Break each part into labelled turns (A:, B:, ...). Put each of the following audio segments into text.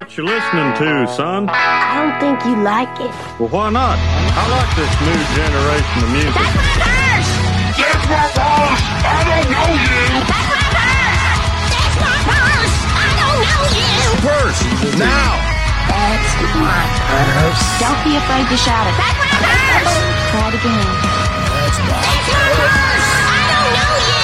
A: What you listening to, son?
B: I don't think you like it.
A: Well, why not? I like this new generation of music.
B: That's what I've heard.
C: That's
B: That's what I've heard. That's
C: my boss. I don't know you.
B: my purse. I don't know you.
C: Purse now.
B: That's my purse. Don't be afraid to shout it. That's my purse. Try it again. That's my purse. I don't know you.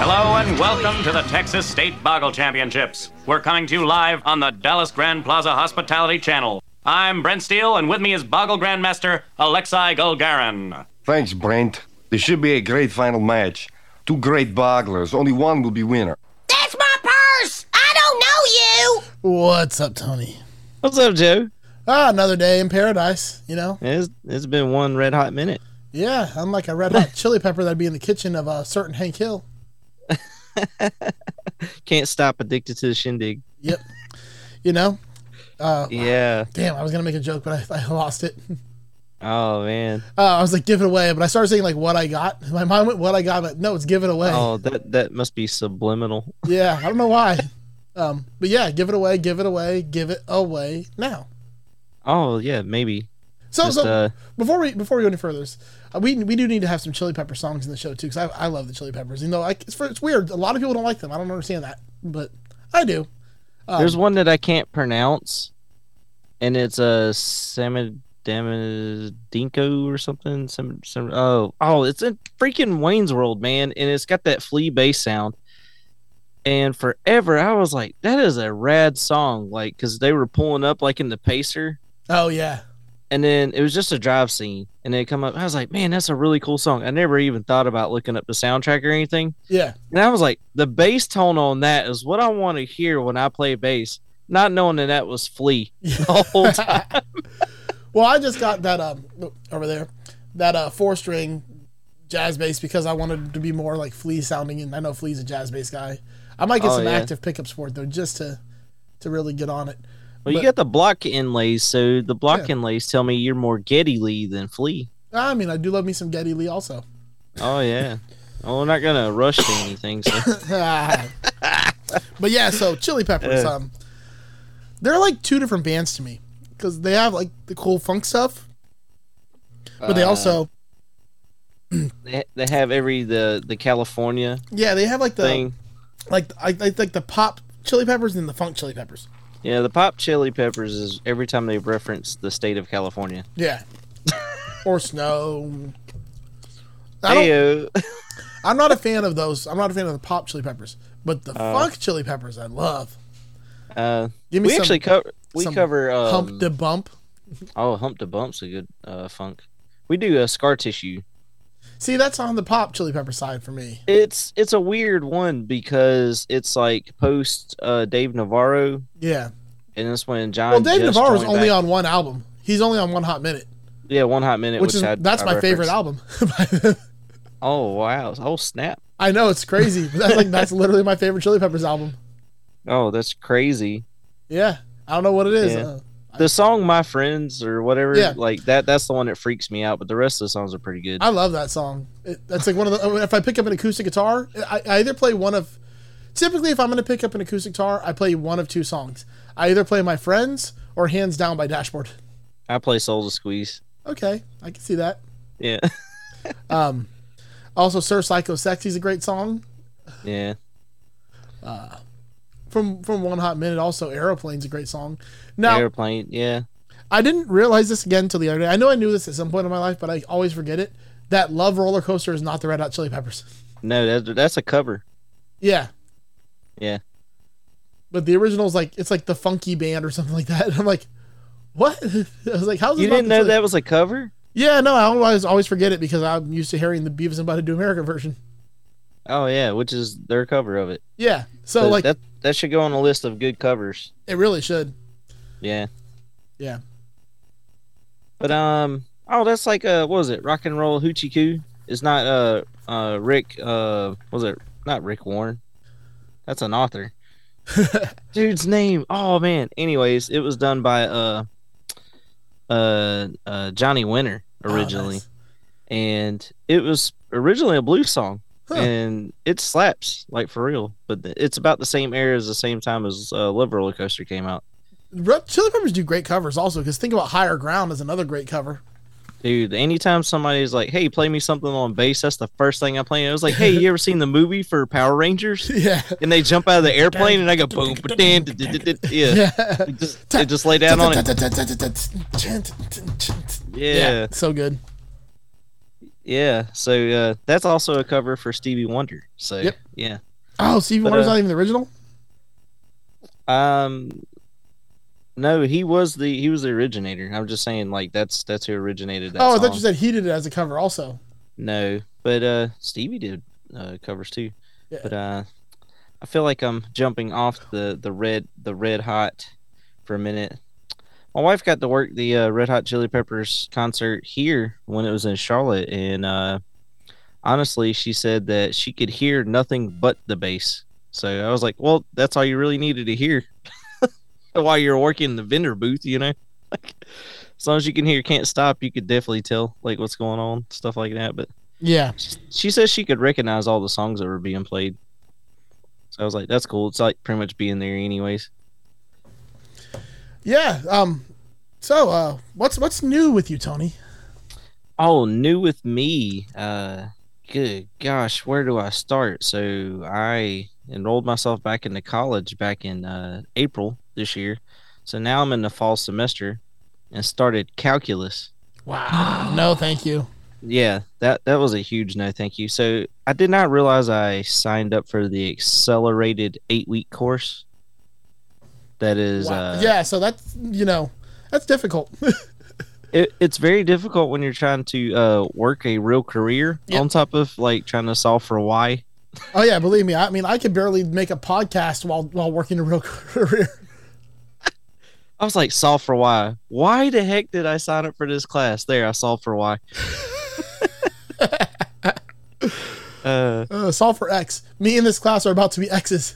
D: Hello and welcome to the Texas State Boggle Championships. We're coming to you live on the Dallas Grand Plaza Hospitality Channel. I'm Brent Steele, and with me is Boggle Grandmaster Alexei Golgarin.
E: Thanks, Brent. This should be a great final match. Two great bogglers. Only one will be winner.
B: That's my purse. I don't know you.
F: What's up, Tony?
G: What's up, Joe?
F: Ah, another day in paradise, you know?
G: It's, it's been one red hot minute.
F: Yeah, I'm like a red hot chili pepper that'd be in the kitchen of a certain Hank Hill.
G: Can't stop addicted to the shindig.
F: Yep. You know?
G: Yeah.
F: Damn, I was going to make a joke, but I, I lost it.
G: Oh man.
F: Uh, I was like, give it away, but I started saying, like, what I got. My mind went, what I got, but no, it's give it away.
G: Oh, that that must be subliminal.
F: Yeah, I don't know why. um, but yeah, give it away, give it away, give it away now.
G: Oh yeah, maybe.
F: So,
G: Just,
F: so
G: uh,
F: before we before we go any further, uh, we we do need to have some Chili Pepper songs in the show too, because I, I love the Chili Peppers. You know, like it's, for, it's weird. A lot of people don't like them. I don't understand that, but I do. Um,
G: There's one that I can't pronounce, and it's a Samadinko or something. Some some oh oh, it's in freaking Wayne's World, man, and it's got that flea bass sound. And forever, I was like, that is a rad song, like because they were pulling up like in the pacer.
F: Oh yeah,
G: and then it was just a drive scene and they come up i was like man that's a really cool song i never even thought about looking up the soundtrack or anything
F: yeah,
G: and i was like the bass tone on that is what i want to hear when i play bass not knowing that that was flea the whole time
F: Well, I just got that um over there, that uh four string jazz bass because I wanted to be more like Flea sounding, and I know Flea's a jazz bass guy. I might get
G: Oh,
F: some
G: yeah.
F: active pickups for it though, just to to really get on it.
G: well you
F: But-
G: got the block inlays so the block
F: Yeah.
G: inlays tell me you're more getty lee than flea
F: I mean, I do love me some Getty Lee also.
G: oh yeah well, we're not gonna rush to anything. So.
F: Ah. but yeah, so Chili Peppers. Um, they're like two different bands to me because they have like the cool funk stuff, but
G: Uh,
F: they also
G: They, they have every the the California
F: yeah they have like the
G: thing.
F: like I, I like the pop Chili Peppers and the funk Chili Peppers.
G: Yeah, the pop Chili Peppers is every time they reference the state of California.
F: Yeah, or snow. I don't,
G: Hey, uh,
F: I'm not a fan of those. I'm not a fan of the pop Chili Peppers, but the funk Chili Peppers I love.
G: Oh. Uh,
F: Give me
G: we
F: some-
G: actually cover we
F: Some
G: cover um,
F: hump to bump.
G: oh hump to bump's a good uh, funk. We do a scar tissue.
F: See, that's on the pop Chili Pepper side for me.
G: It's it's a weird one because it's like post uh, Dave Navarro,
F: Yeah.
G: and that's when John.
F: Well, Dave
G: just
F: Navarro's
G: joined
F: only
G: back-
F: on one album. He's only on one hot minute.
G: yeah one hot minute,
F: which,
G: which,
F: is
G: I-
F: that's
G: I
F: my favorite
G: referenced.
F: album.
G: Oh wow! Oh snap!
F: I know it's crazy, but that's like that's literally my favorite Chili Peppers album.
G: Oh, that's crazy.
F: Yeah, I don't know what it is.
G: Yeah.
F: Uh,
G: The song "My Friends" or whatever,
F: Yeah.
G: like that—that's the one that freaks me out. But the rest of the songs are pretty good.
F: I love that song. It, that's like one of the. uh, If I pick up an acoustic guitar, I, I either play one of. Typically, if I'm going to pick up an acoustic guitar, I play one of two songs. I either play My Friends or Hands Down by Dashboard.
G: I play "Soul to Squeeze."
F: Okay, I can see that.
G: Yeah,
F: Also, Sir Psycho Sexy is a great song
G: yeah.
F: from from One Hot Minute. Also, Aeroplane's a great song. Now,
G: Airplane. Yeah.
F: I didn't realize this again until the other day. I know I knew this at some point in my life, but I always forget it. That Love Roller Coaster is not the Red Hot Chili Peppers.
G: No, that, that's a cover.
F: Yeah,
G: Yeah.
F: but the original's like it's like the Funky Band or something like that. I'm like, what? I was like, how's this
G: You
F: not
G: didn't
F: the
G: know
F: Chili-
G: that was a cover?
F: Yeah, no, I always always forget it because I'm used to hearing the Beavis and Butthead Do America version.
G: Oh yeah, which is their cover of it.
F: Yeah, so
G: But
F: like
G: that that should go on a list of good covers.
F: it really should.
G: Yeah.
F: Yeah,
G: But um oh that's like uh what was it? Rock and roll hoochie coo. It's not uh uh Rick uh what was it not Rick Warren. That's an author. Dude's name. Oh man. Anyways, it was done by uh uh uh Johnny Winter
F: Oh,
G: originally.
F: nice.
G: And it was originally a blues song. and it slaps like for real. But th- it's about the same era as the same time as uh, Love Roller Coaster came out.
F: Red Chili Peppers do great covers also because think about Higher Ground is another great cover.
G: Dude, anytime somebody's like, "Hey, play me something on bass," that's the first thing I play. I was like, "Hey, you ever seen the movie for Power Rangers?"
F: Yeah.
G: And they jump out of the airplane, and I go boom, ba-dam, da-da-da-da. yeah, It just, it just lay down on it. Yeah,
F: So good.
G: yeah. So uh, that's also a cover for Stevie Wonder. So
F: Yep.
G: yeah,
F: Oh, Stevie
G: But,
F: Wonder's
G: uh,
F: not even the original?
G: um, no, he was the he was the originator. I'm just saying, like that's that's who originated that.
F: Oh, I
G: song.
F: thought you said he did it as a cover also.
G: No, but uh, Stevie did uh, covers too.
F: Yeah.
G: But uh, I feel like I'm jumping off the the red the red hot for a minute. My wife got to work the uh, Red Hot Chili Peppers concert here when it was in Charlotte, and uh, honestly, she said that she could hear nothing but the bass. So I was like, "Well, that's all you really needed to hear while you're working the vendor booth, you know." Like, as long as you can hear "Can't Stop," you could definitely tell like what's going on, stuff like that. But
F: Yeah.
G: she says she could recognize all the songs that were being played. So I was like, that's cool. It's like pretty much being there anyways.
F: Yeah. Um so uh what's what's new with you, Tony?
G: Oh, new with me. Uh good gosh, where do I start? So I enrolled myself back into college back in uh April this year. So now I'm in the fall semester and started calculus.
F: Wow. no, thank you.
G: Yeah, that that was a huge no, thank you. So I did not realize I signed up for the accelerated eight week course. That is,
F: Wow.
G: uh,
F: yeah, so that's you know, that's difficult.
G: it, it's very difficult when you're trying to uh, work a real career
F: Yep.
G: on top of like trying to solve for why.
F: oh yeah, believe me. I mean, I could barely make a podcast while while working a real career.
G: I was like, solve for why? Why the heck did I sign up for this class? There, I solved for why. uh,
F: Uh, solve for X. Me and this class are about to be X's.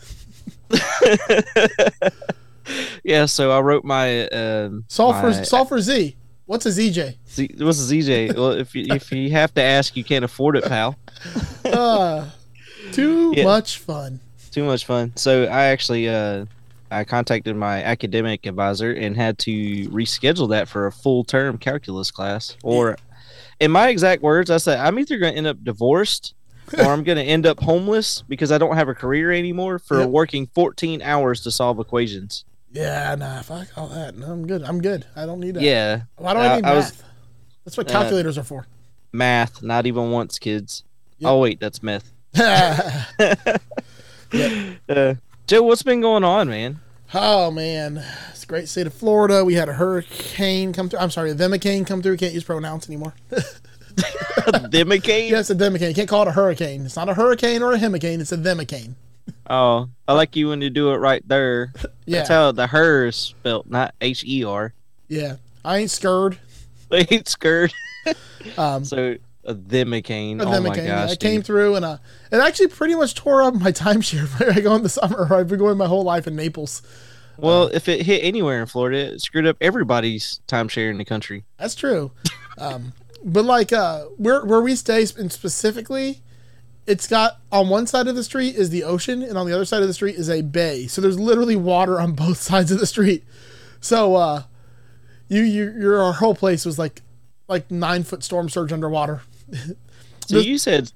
G: yeah, so I wrote my um,
F: Solve for
G: my-
F: solve for Z. What's a ZJ?
G: Z- what's a ZJ? Well, if you, if you have to ask, you can't afford it, pal.
F: Uh, too
G: Yeah.
F: much fun.
G: Too much fun. So I actually uh, I contacted my academic advisor and had to reschedule that for a full term calculus class. Or, in my exact words, I said I'm either going to end up divorced or I'm going to end up homeless because I don't have a career anymore for
F: Yep.
G: working 14 hours to solve equations.
F: Yeah, nah, fuck all that. No, I'm good. I'm good. I don't need that.
G: Yeah,
F: Why do I
G: Uh,
F: need
G: I was-
F: math? That's what
G: Uh,
F: calculators are for.
G: math, not even once, kids.
F: Yep.
G: Oh wait, that's meth.
F: oh
G: Uh, Joe, what's been going on, man?
F: Oh, man, it's a great state of Florida. We had a hurricane come through. I'm sorry, a themicane come through. Can't use pronouns anymore.
G: Demicade?
F: yes, a themicane. You can't call it a hurricane. It's not a hurricane or a hemicane. It's a themicane.
G: Oh, I like you when you do it right there.
F: Yeah,
G: That's how the her is spelt, not H E R.
F: yeah. I ain't scared.
G: They ain't scared.
F: Um,
G: So a themicane.
F: But
G: oh
F: then
G: my
F: it came, yeah,
G: gosh.
F: it came
G: dude. through.
F: through and uh, it actually pretty much tore up my timeshare where I go in the summer. I've been going my whole life in Naples.
G: Well, if it hit anywhere in Florida, it screwed up everybody's timeshare in the country.
F: That's true. Um, but like uh, where where we stay sp- specifically, it's got on one side of the street is the ocean and on the other side of the street is a bay. So there's literally water on both sides of the street. So uh, you you your our whole place was like like nine foot storm surge underwater.
G: So you said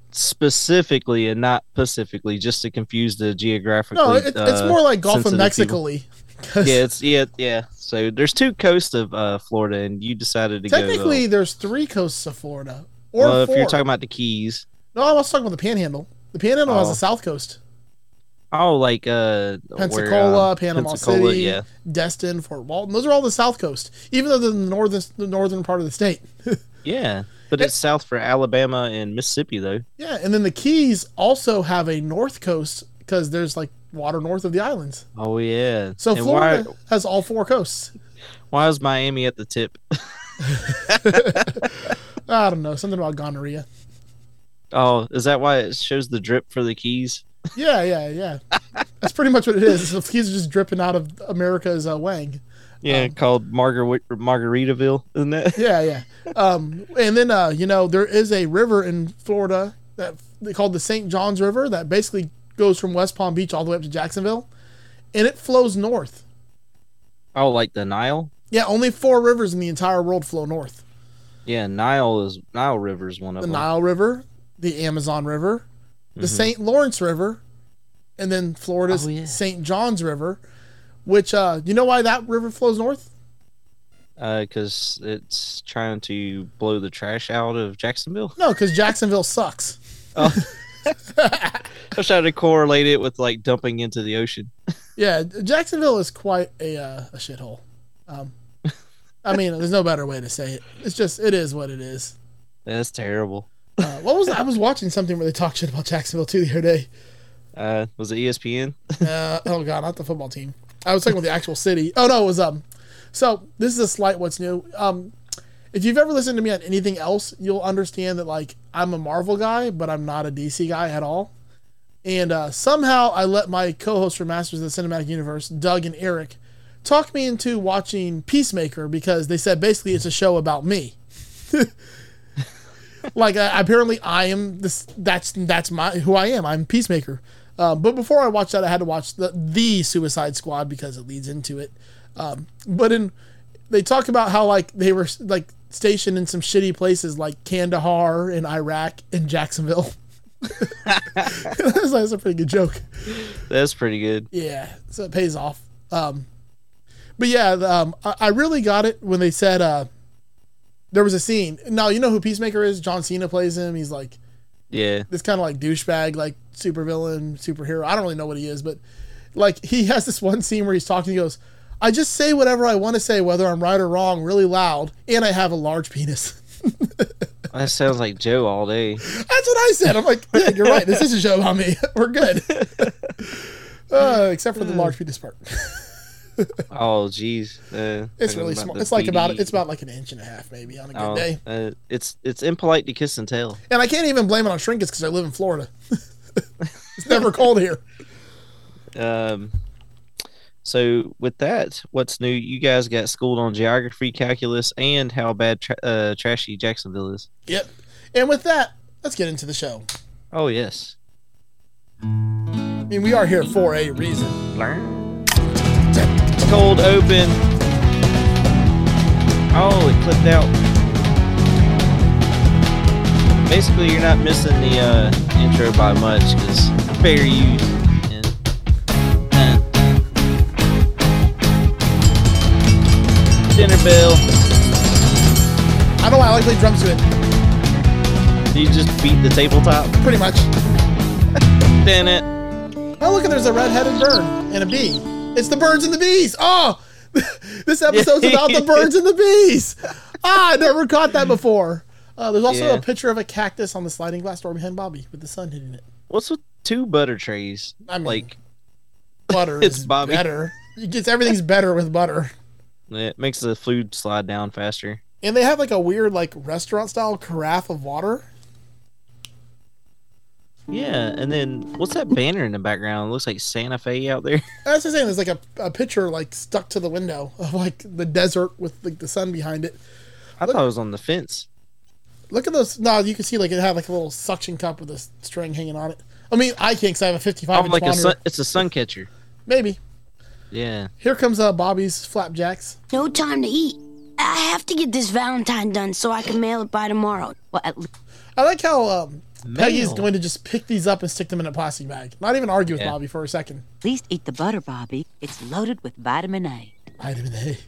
G: specifically and not pacifically, just to confuse the geographically.
F: No, it, it's
G: uh,
F: more like Gulf of
G: sensitive people.
F: Mexico.
G: Yeah, it's yeah, yeah. So there's two coasts of uh, Florida, and you decided to go. uh,
F: Technically, there's three coasts of Florida. Or
G: well, if
F: four.
G: you're talking about the Keys,
F: No, I was talking about the Panhandle. The Panhandle has
G: Oh.
F: the South Coast:
G: oh, like uh, where, um,
F: Pensacola, Panama
G: Pensacola,
F: City,
G: yeah.
F: Destin, Fort Walton. Those are all the South Coast, even though they're the northern the northern part of the state.
G: Yeah, but it's south for Alabama and Mississippi, though.
F: yeah, and then the Keys also have a North Coast because there's like water north of the islands.
G: Oh yeah.
F: So
G: and
F: Florida
G: why
F: has all four coasts.
G: why is Miami at the tip?
F: I don't know something about gonorrhea.
G: Oh, is that why it shows the drip for the keys?
F: Yeah, yeah, yeah. That's pretty much what it is. The Keys are just dripping out of America's uh, wang.
G: Yeah, called Margar- Margaritaville, isn't it?
F: Yeah, yeah. Um, and then uh, you know there is a river in Florida that called the St. Johns River that basically goes from West Palm Beach all the way up to Jacksonville, and it flows north.
G: Oh, like the Nile?
F: Yeah, only four rivers in the entire world flow north:
G: Yeah, Nile is Nile River is one of
F: the
G: them.
F: Nile River, the Amazon River, the St. Lawrence River, and then Florida's
G: Mm-hmm. Oh, yeah.
F: St. Johns River. Which uh, you know why that river flows north?
G: because Uh, it's trying to blow the trash out of Jacksonville.
F: No, because Jacksonville sucks.
G: I'm trying to correlate it with like dumping into the ocean.
F: Yeah, Jacksonville is quite a uh, a shithole. Um, I mean, there's no better way to say it. It's just it is what it is.
G: That's terrible.
F: Uh, what was I was watching something where they talked shit about Jacksonville too the other day.
G: Uh, was it ESPN?
F: Uh, oh god, not the football team. I was talking about the actual city. Oh no, it was um. So this is a slight what's new. Um, if you've ever listened to me on anything else, you'll understand that like I'm a Marvel guy, but I'm not a DC guy at all. And uh, somehow I let my co-host for Masters of the Cinematic Universe, Doug and Eric, talk me into watching Peacemaker because they said basically it's a show about me. like uh, apparently I am this. That's that's my who I am. I'm Peacemaker. Uh, but before I watched that, I had to watch the the Suicide Squad because it leads into it. Um, but in they talk about how like they were like stationed in some shitty places like Kandahar in Iraq and Jacksonville. that's, that's a pretty good joke.
G: That's pretty good.
F: Yeah, so it pays off. Um, but yeah, the, um, I, I really got it when they said uh, there was a scene. Now you know who Peacemaker is. John Cena plays him. He's like
G: Yeah,
F: this kind of like douchebag, like supervillain, superhero. I don't really know what he is, but like he has this one scene where he's talking. He goes, "I just say whatever I want to say, whether I'm right or wrong, really loud, and I have a large penis."
G: that sounds like Joe all day.
F: That's what I said. I'm like, yeah, you're right. This is a show about me. We're good, uh, except for the large penis part.
G: Oh, jeez, uh,
F: It's
G: talking
F: really
G: about
F: small.
G: the
F: It's like about
G: PD.
F: it's about like an inch and a half, maybe, on a good
G: Oh,
F: day.
G: uh, it's it's impolite to kiss and tell.
F: And I can't even blame it on shrinkage because I live in Florida. it's never cold here.
G: Um, so with that, what's new? You guys got schooled on geography, calculus, and how bad tra- uh, trashy Jacksonville is.
F: Yep. And with that, let's get into the show.
G: Oh yes.
F: I mean, we are here for a reason.
G: Cold open. Oh, it clipped out. Basically, you're not missing the uh, intro by much because fair use. And- and- Dinner bell.
F: I don't know why I like to play drums to it.
G: You just beat the tabletop.
F: Pretty much.
G: Then it.
F: Oh, look, there's a red-headed bird and a bee. It's the birds and the bees. Oh, this episode's about the birds and the bees. Ah, I never caught that before. Uh, there's also
G: Yeah.
F: a picture of a cactus on the sliding glass door behind Bobby with the sun hitting it.
G: What's with two butter trays?
F: I mean-
G: like
F: Butter
G: It's
F: is
G: Bobby.
F: better. It gets everything's better with butter.
G: it makes the food slide down faster.
F: And they have like a weird like restaurant style carafe of water.
G: Yeah, and then what's that banner in the background? It looks like Santa Fe out there.
F: That's the same. There's like a, a picture like stuck to the window of like the desert with like the sun behind it.
G: I thought it was on the fence.
F: Look at those. No, you can see like it had like a little suction cup with a s- string hanging on it. I mean, I can't because I have a 55
G: Oh,
F: inch
G: like a
F: monitor.
G: sun, it's a sun catcher.
F: Maybe.
G: Yeah.
F: Here comes uh, Bobby's flapjacks.
B: No time to eat. I have to get this Valentine done so I can mail it by tomorrow. Well, at least
F: I like how um, Peggy is
G: Mail.
F: going to just pick these up and stick them in a plastic bag. Not even argue with
G: Yeah.
F: Bobby for a second.
H: least eat the butter, Bobby. It's loaded with vitamin A.
F: Vitamin A. Eat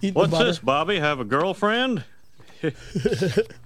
F: the
A: What's
F: butter.
A: this, Bobby? Have a girlfriend?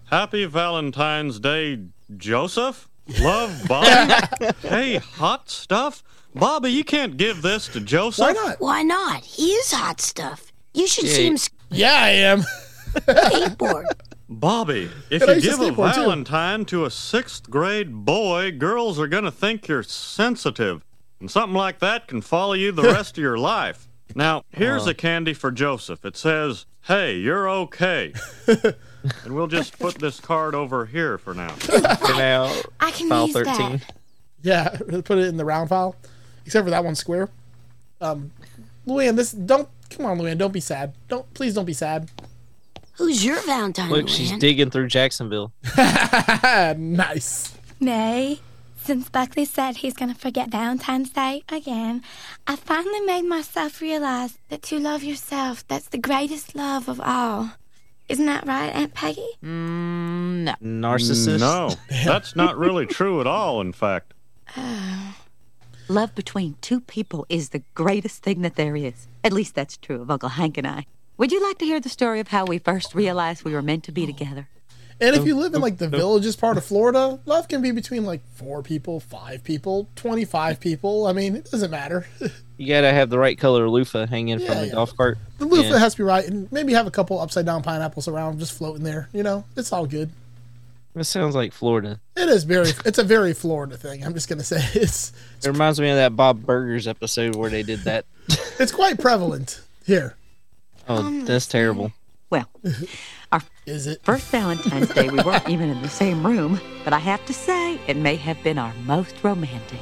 A: Happy Valentine's Day, Joseph. Love, Bobby. hey, hot stuff. Bobby, you can't give this to Joseph.
F: Why not?
B: why not? He is hot stuff. You should see him
F: Yeah, I am.
B: skateboard.
A: Bobby, if
F: And I
A: you
F: used to
A: give a
F: skateboard, too.
A: Valentine to a sixth grade boy, girls are going to think you're sensitive. And something like that can follow you the rest of your life. Now,
F: Uh-huh.
A: here's a candy for Joseph. It says, Hey, you're okay. and we'll just put this card over here for now.
G: For now,
B: I can
G: file
B: use
G: thirteen.
B: that.
F: Yeah, put it in the round file, except for that one square. Um, Luann, this don't come on, Luann. Don't be sad. Don't please don't be sad.
B: Who's your Valentine?
G: Look, she's
B: Luann?
G: digging through Jacksonville.
F: Ah, nice.
I: May, since Buckley said he's going to forget Valentine's Day again, I finally made myself realize that to love yourself, that's the greatest love of all. Isn't that right, Aunt Peggy?
H: Mm, no.
G: Narcissist.
A: No, that's not really true at all, in fact.
H: Love between two people is the greatest thing that there is. At least that's true of Uncle Hank and I. Would you like to hear the story of how we first realized we were meant to be together?
F: And if you live in like the villages part of Florida, love can be between like four people, five people, 25 people. I mean, it doesn't matter.
G: You gotta have the right color loofah hanging
F: Yeah,
G: from the
F: yeah.
G: golf cart.
F: The loofah
G: Yeah.
F: has to be right, and maybe have a couple upside down pineapples around just floating there. You know, it's all good.
G: That sounds like Florida.
F: It is very, it's a very Florida thing. I'm just gonna say it's
G: It reminds me of that Bob Burgers episode where they did that.
F: it's quite prevalent here.
G: Oh,
B: Um,
G: that's terrible.
H: Well,
F: Is it?
H: first Valentine's Day, we weren't even in the same room, but I have to say, it may have been our most romantic.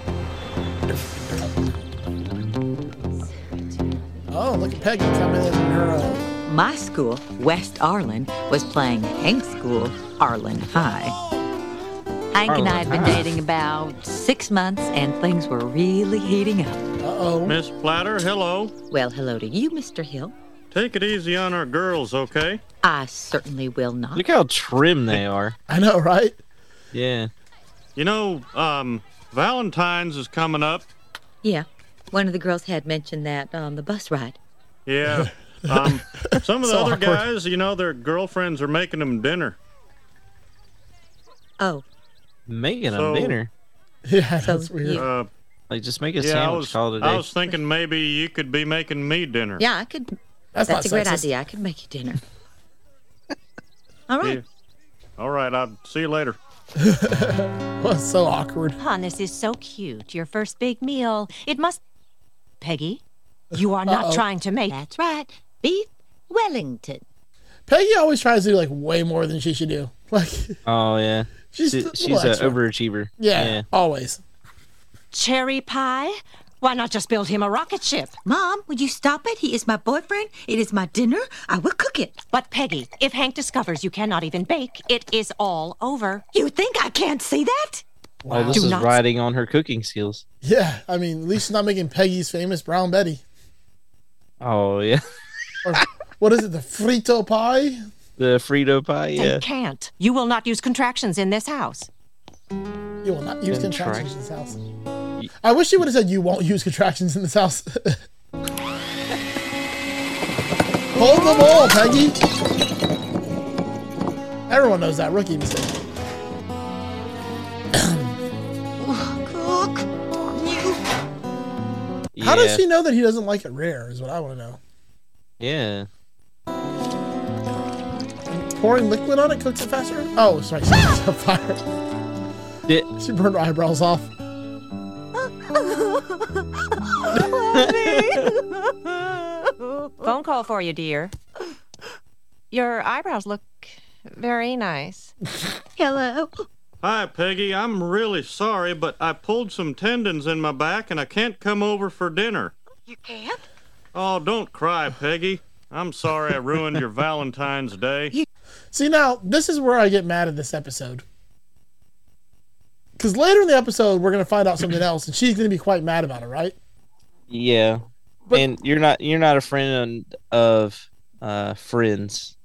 F: Oh, look at Peggy coming in. in Her, uh,
H: My school, West Arlen, was playing Hank's school, Arlen High. Hank and I had been dating about six months, and things were really heating up.
F: uh-oh.
A: Miss Platter, hello.
H: Well, hello to you, Mr. Hill.
A: Take it easy on our girls, okay?
H: I certainly will not.
G: Look how trim they are.
F: I know, right?
G: Yeah.
A: You know, um, Valentine's is coming up.
H: Yeah, one of the girls had mentioned that on the bus ride.
A: Yeah. Um, some of the
F: So
A: other
F: awkward.
A: guys, you know, their girlfriends are making them dinner.
H: Oh,
G: Making
A: So-
G: them dinner.
F: Yeah,
H: So
F: that's weird.
H: you-
A: Uh,
G: Like just make a
A: yeah, I
G: sandwich
A: was,
G: call it a
A: I
G: day.
A: was thinking maybe you could be making me dinner.
H: yeah, I could.
F: That's,
H: That's a
F: not
H: great
F: sexist.
H: idea. I could make you dinner. All
A: Yeah.
H: right.
A: All right, I'll see you later.
F: Well, it's so awkward.
B: Hon, this is so cute. Your first big meal. It must. Peggy, you are not trying to make.
H: That's right. Beef Wellington.
F: Peggy always tries to do like way more than she should do. Like
G: Oh yeah.
F: she's
G: She-
F: a little
G: she's an
F: extra.
G: overachiever.
F: Yeah, always.
B: Cherry pie? Why not just build him a rocket ship?
H: Mom, would you stop it? He is my boyfriend. It is my dinner. I will cook it.
B: But Peggy, if Hank discovers you cannot even bake, it is all over.
H: You think I can't see that?
G: Oh, this
B: Do
G: is
B: not-
G: riding on her cooking skills.
F: Yeah, I mean, at least she's not making Peggy's famous brown Betty.
G: Oh yeah.
F: Or what is it? The frito pie?
G: The Frito pie.
B: They
G: Yeah.
B: can't. You will not use contractions in this house.
F: You will not use
G: Then try.
F: contractions in this house. I wish she would have said you won't use contractions in this house. Hold the ball, Peggy. Everyone knows that rookie mistake.
G: Yeah.
F: How does she know that he doesn't like it rare? Is what I want to know.
G: Yeah.
F: Pouring liquid on it cooks it faster. Oh, sorry, she was on fire.
G: Did,
F: She burned her eyebrows off.
J: Phone call for you, dear. Your eyebrows look very nice.
H: Hello.
A: Hi, Peggy. I'm really sorry, but I pulled some tendons in my back and I can't come over for dinner.
H: You can't?
A: Oh, don't cry, Peggy. I'm sorry I ruined your Valentine's Day.
F: See now, this is where I get mad at this episode. Because later in the episode, we're gonna find out something else, and she's gonna be quite mad about it, right?
G: yeah.
F: But-
G: and you're not you're not a friend of uh, friends.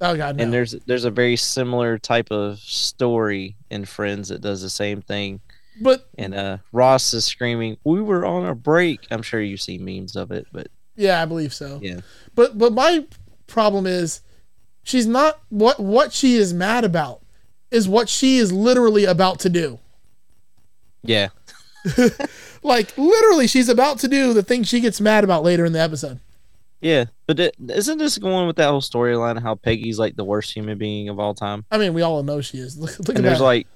F: Oh god, no.
G: And there's there's a very similar type of story in Friends that does the same thing.
F: but
G: And uh, Ross is screaming, "We were on a break." I'm sure you see memes of it, but
F: yeah, I believe so.
G: yeah,
F: But but my problem is, she's not what what she is mad about is what she is literally about to do.
G: yeah,
F: Like literally, she's about to do the thing she gets mad about later in the episode.
G: yeah. But it, isn't this going with that whole storyline of how Peggy's like the worst human being of all time?
F: I mean, we all know she is. Look, look at
G: And there's
F: that.
G: like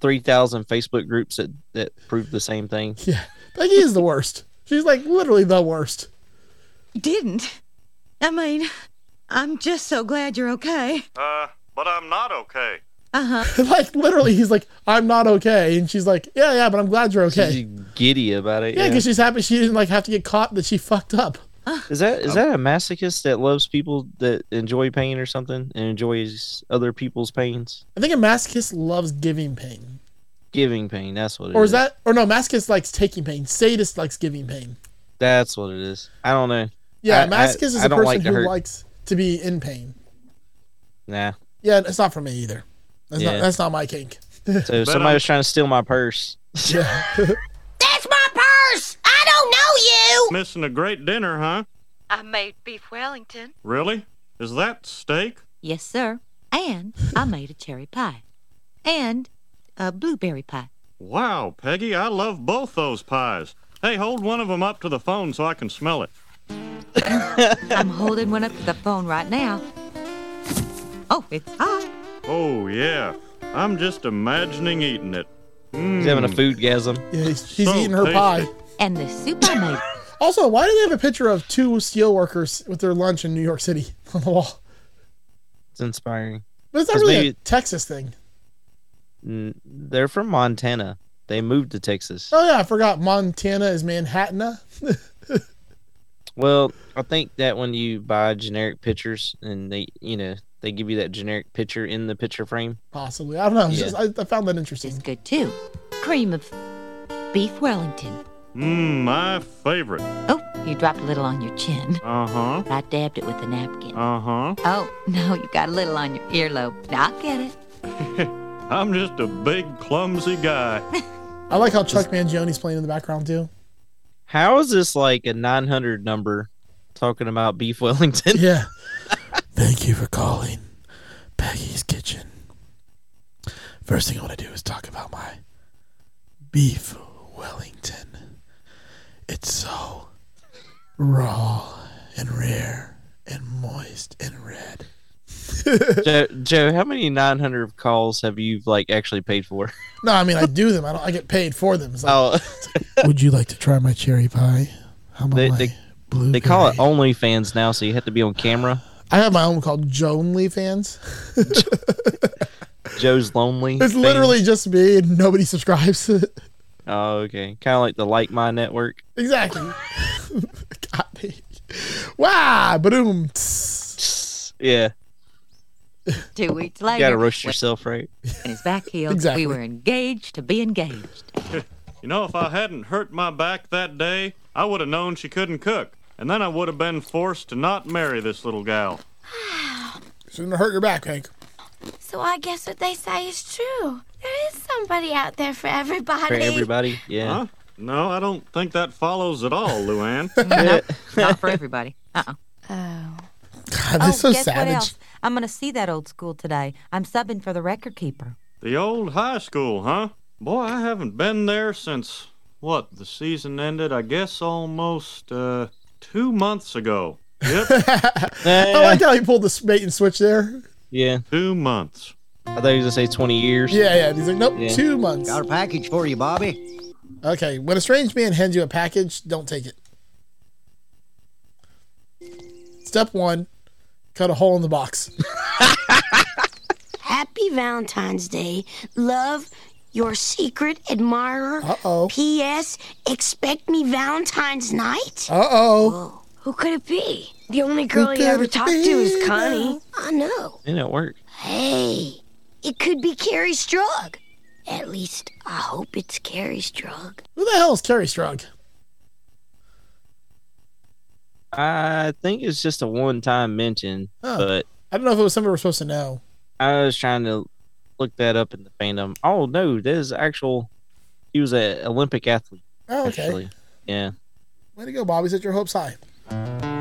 G: three thousand Facebook groups that that prove the same thing.
F: yeah, Peggy is the worst. She's like literally the worst.
H: Didn't. I mean, I'm just so glad you're okay.
A: Uh, but I'm not okay.
F: like literally, he's like, "I'm not okay," and she's like, "Yeah, yeah, but I'm glad you're okay."
G: She's giddy about it.
F: yeah,
G: Yeah,
F: because she's happy she didn't like have to get caught that she fucked up.
G: is that is that a masochist that loves people that enjoy pain or something and enjoys other people's pains?
F: I think a masochist loves giving pain.
G: giving pain. That's what it is.
F: Or is that? Or no, masochist likes taking pain. Sadist likes giving pain.
G: That's what it is. I don't know.
F: Yeah,
G: I-
F: masochist is
G: I-
F: a
G: I
F: person
G: don't like to
F: who
G: hurt.
F: likes to be in pain.
G: Nah.
F: Yeah, it's not for me either. That's
G: Yeah.
F: not that's not my kink.
G: So if somebody was trying to steal my purse.
B: That's my purse! I don't know you!
A: Missing a great dinner, huh?
B: I made beef Wellington.
A: Really? Is that steak?
H: Yes, sir. And I made a cherry pie. And a blueberry pie.
A: Wow, Peggy, I love both those pies. Hey, hold one of them up to the phone so I can smell it.
H: I'm holding one up to the phone right now. Oh, it's hot.
A: Oh, yeah. I'm just imagining eating it. Mm.
G: He's having a food gasm.
F: Yeah, he's, he's
A: So
F: eating her pie.
A: tasty.
H: And the soup I made.
F: Also, why do they have a picture of two steel workers with their lunch in New York City on the wall?
G: It's inspiring.
F: But it's not
G: 'Cause
F: really a
G: maybe-
F: Texas thing.
G: N- They're from Montana. They moved to Texas.
F: Oh yeah, I forgot. Montana is Manhattan.
G: Well, I think that when you buy generic pictures and they, you know, they give you that generic picture in the picture frame.
F: Possibly. I don't know. It's
G: Yeah.
F: just- I, I found that interesting.
H: It's good, too. Cream of beef Wellington.
A: Mmm, my favorite.
H: Oh, you dropped a little on your chin.
A: Uh huh.
H: I dabbed it with a napkin.
A: Uh huh.
H: Oh, no, you got a little on your earlobe. Now, I'll get it.
A: I'm just a big, clumsy guy.
F: I like how Chuck Mangione's playing in the background too.
G: How is this like a 900 number talking about beef Wellington?
F: Yeah. Thank you for calling Peggy's Kitchen. First thing I want to do is talk about my beef Wellington. It's so raw and rare and moist and red.
G: Joe, Joe, how many 900 calls have you like actually paid for?
F: No, I mean I do them. I don't. I get paid for them. It's like,
G: Oh,
F: Would you like to try my cherry pie? How about
G: They- they-
F: blueberry?
G: they call it OnlyFans now, so you have to be on camera.
F: I have my own called Joan Lee fans.
G: Joe's lonely.
F: It's
G: fans.
F: literally just me and nobody subscribes.
G: Oh, okay. Kind of like the Like My Network.
F: exactly. Got me. Wow, boom.
G: Yeah,
H: Two weeks
G: you
H: later,
G: gotta roast yourself, right?
H: when his back healed,
F: Exactly.
H: we were engaged to be engaged.
A: You know, if I hadn't hurt my back that day, I would have known she couldn't cook. And then I would have been forced to not marry this little gal.
F: Shouldn't have hurt your back, Hank.
I: So I guess what they say is true. There is somebody out there for everybody.
G: For everybody. Yeah.
A: Huh? No, I don't think that follows at all, Luann.
H: Nope, not for everybody. Uh-uh. Oh,
J: Oh.
F: God, they're so
H: guess what
F: savage.
H: else? I'm gonna see that old school today. I'm subbing for the record keeper.
A: the old high school, huh? Boy, I haven't been there since, what, the season ended, I guess almost, uh, two months ago. Yep,
F: I like how he pulled the bait and switch there.
G: yeah.
A: two months.
G: I thought you was gonna say 20 years.
F: Yeah, yeah. He's like, nope,
G: Yeah.
F: two months.
K: Got a package for you, Bobby.
F: Okay, when a strange man hands you a package, don't take it. Step one, cut a hole in the box.
B: Happy Valentine's Day. Love your secret admirer.
F: Uh oh.
B: P.S. Expect me Valentine's night?
F: Uh oh.
B: Who could it be? The only girl
F: could
B: you ever
F: it
B: talked
F: be
B: to is
F: now?
B: Connie. I know.
G: It didn't work.
B: Hey, it could be Carrie Strug. At least I hope it's Carrie Strug.
F: Who the hell is Carrie Strug?
G: I think it's just a one-time mention,
F: Huh.
K: Uh,
G: but
F: I don't know if it was somebody we're supposed to know.
G: I was trying to look that up in the fandom. Oh no, there's actual. He was an Olympic athlete.
F: Oh, okay.
G: Actually. Yeah.
F: Way to go, Bobby. Set your hopes high.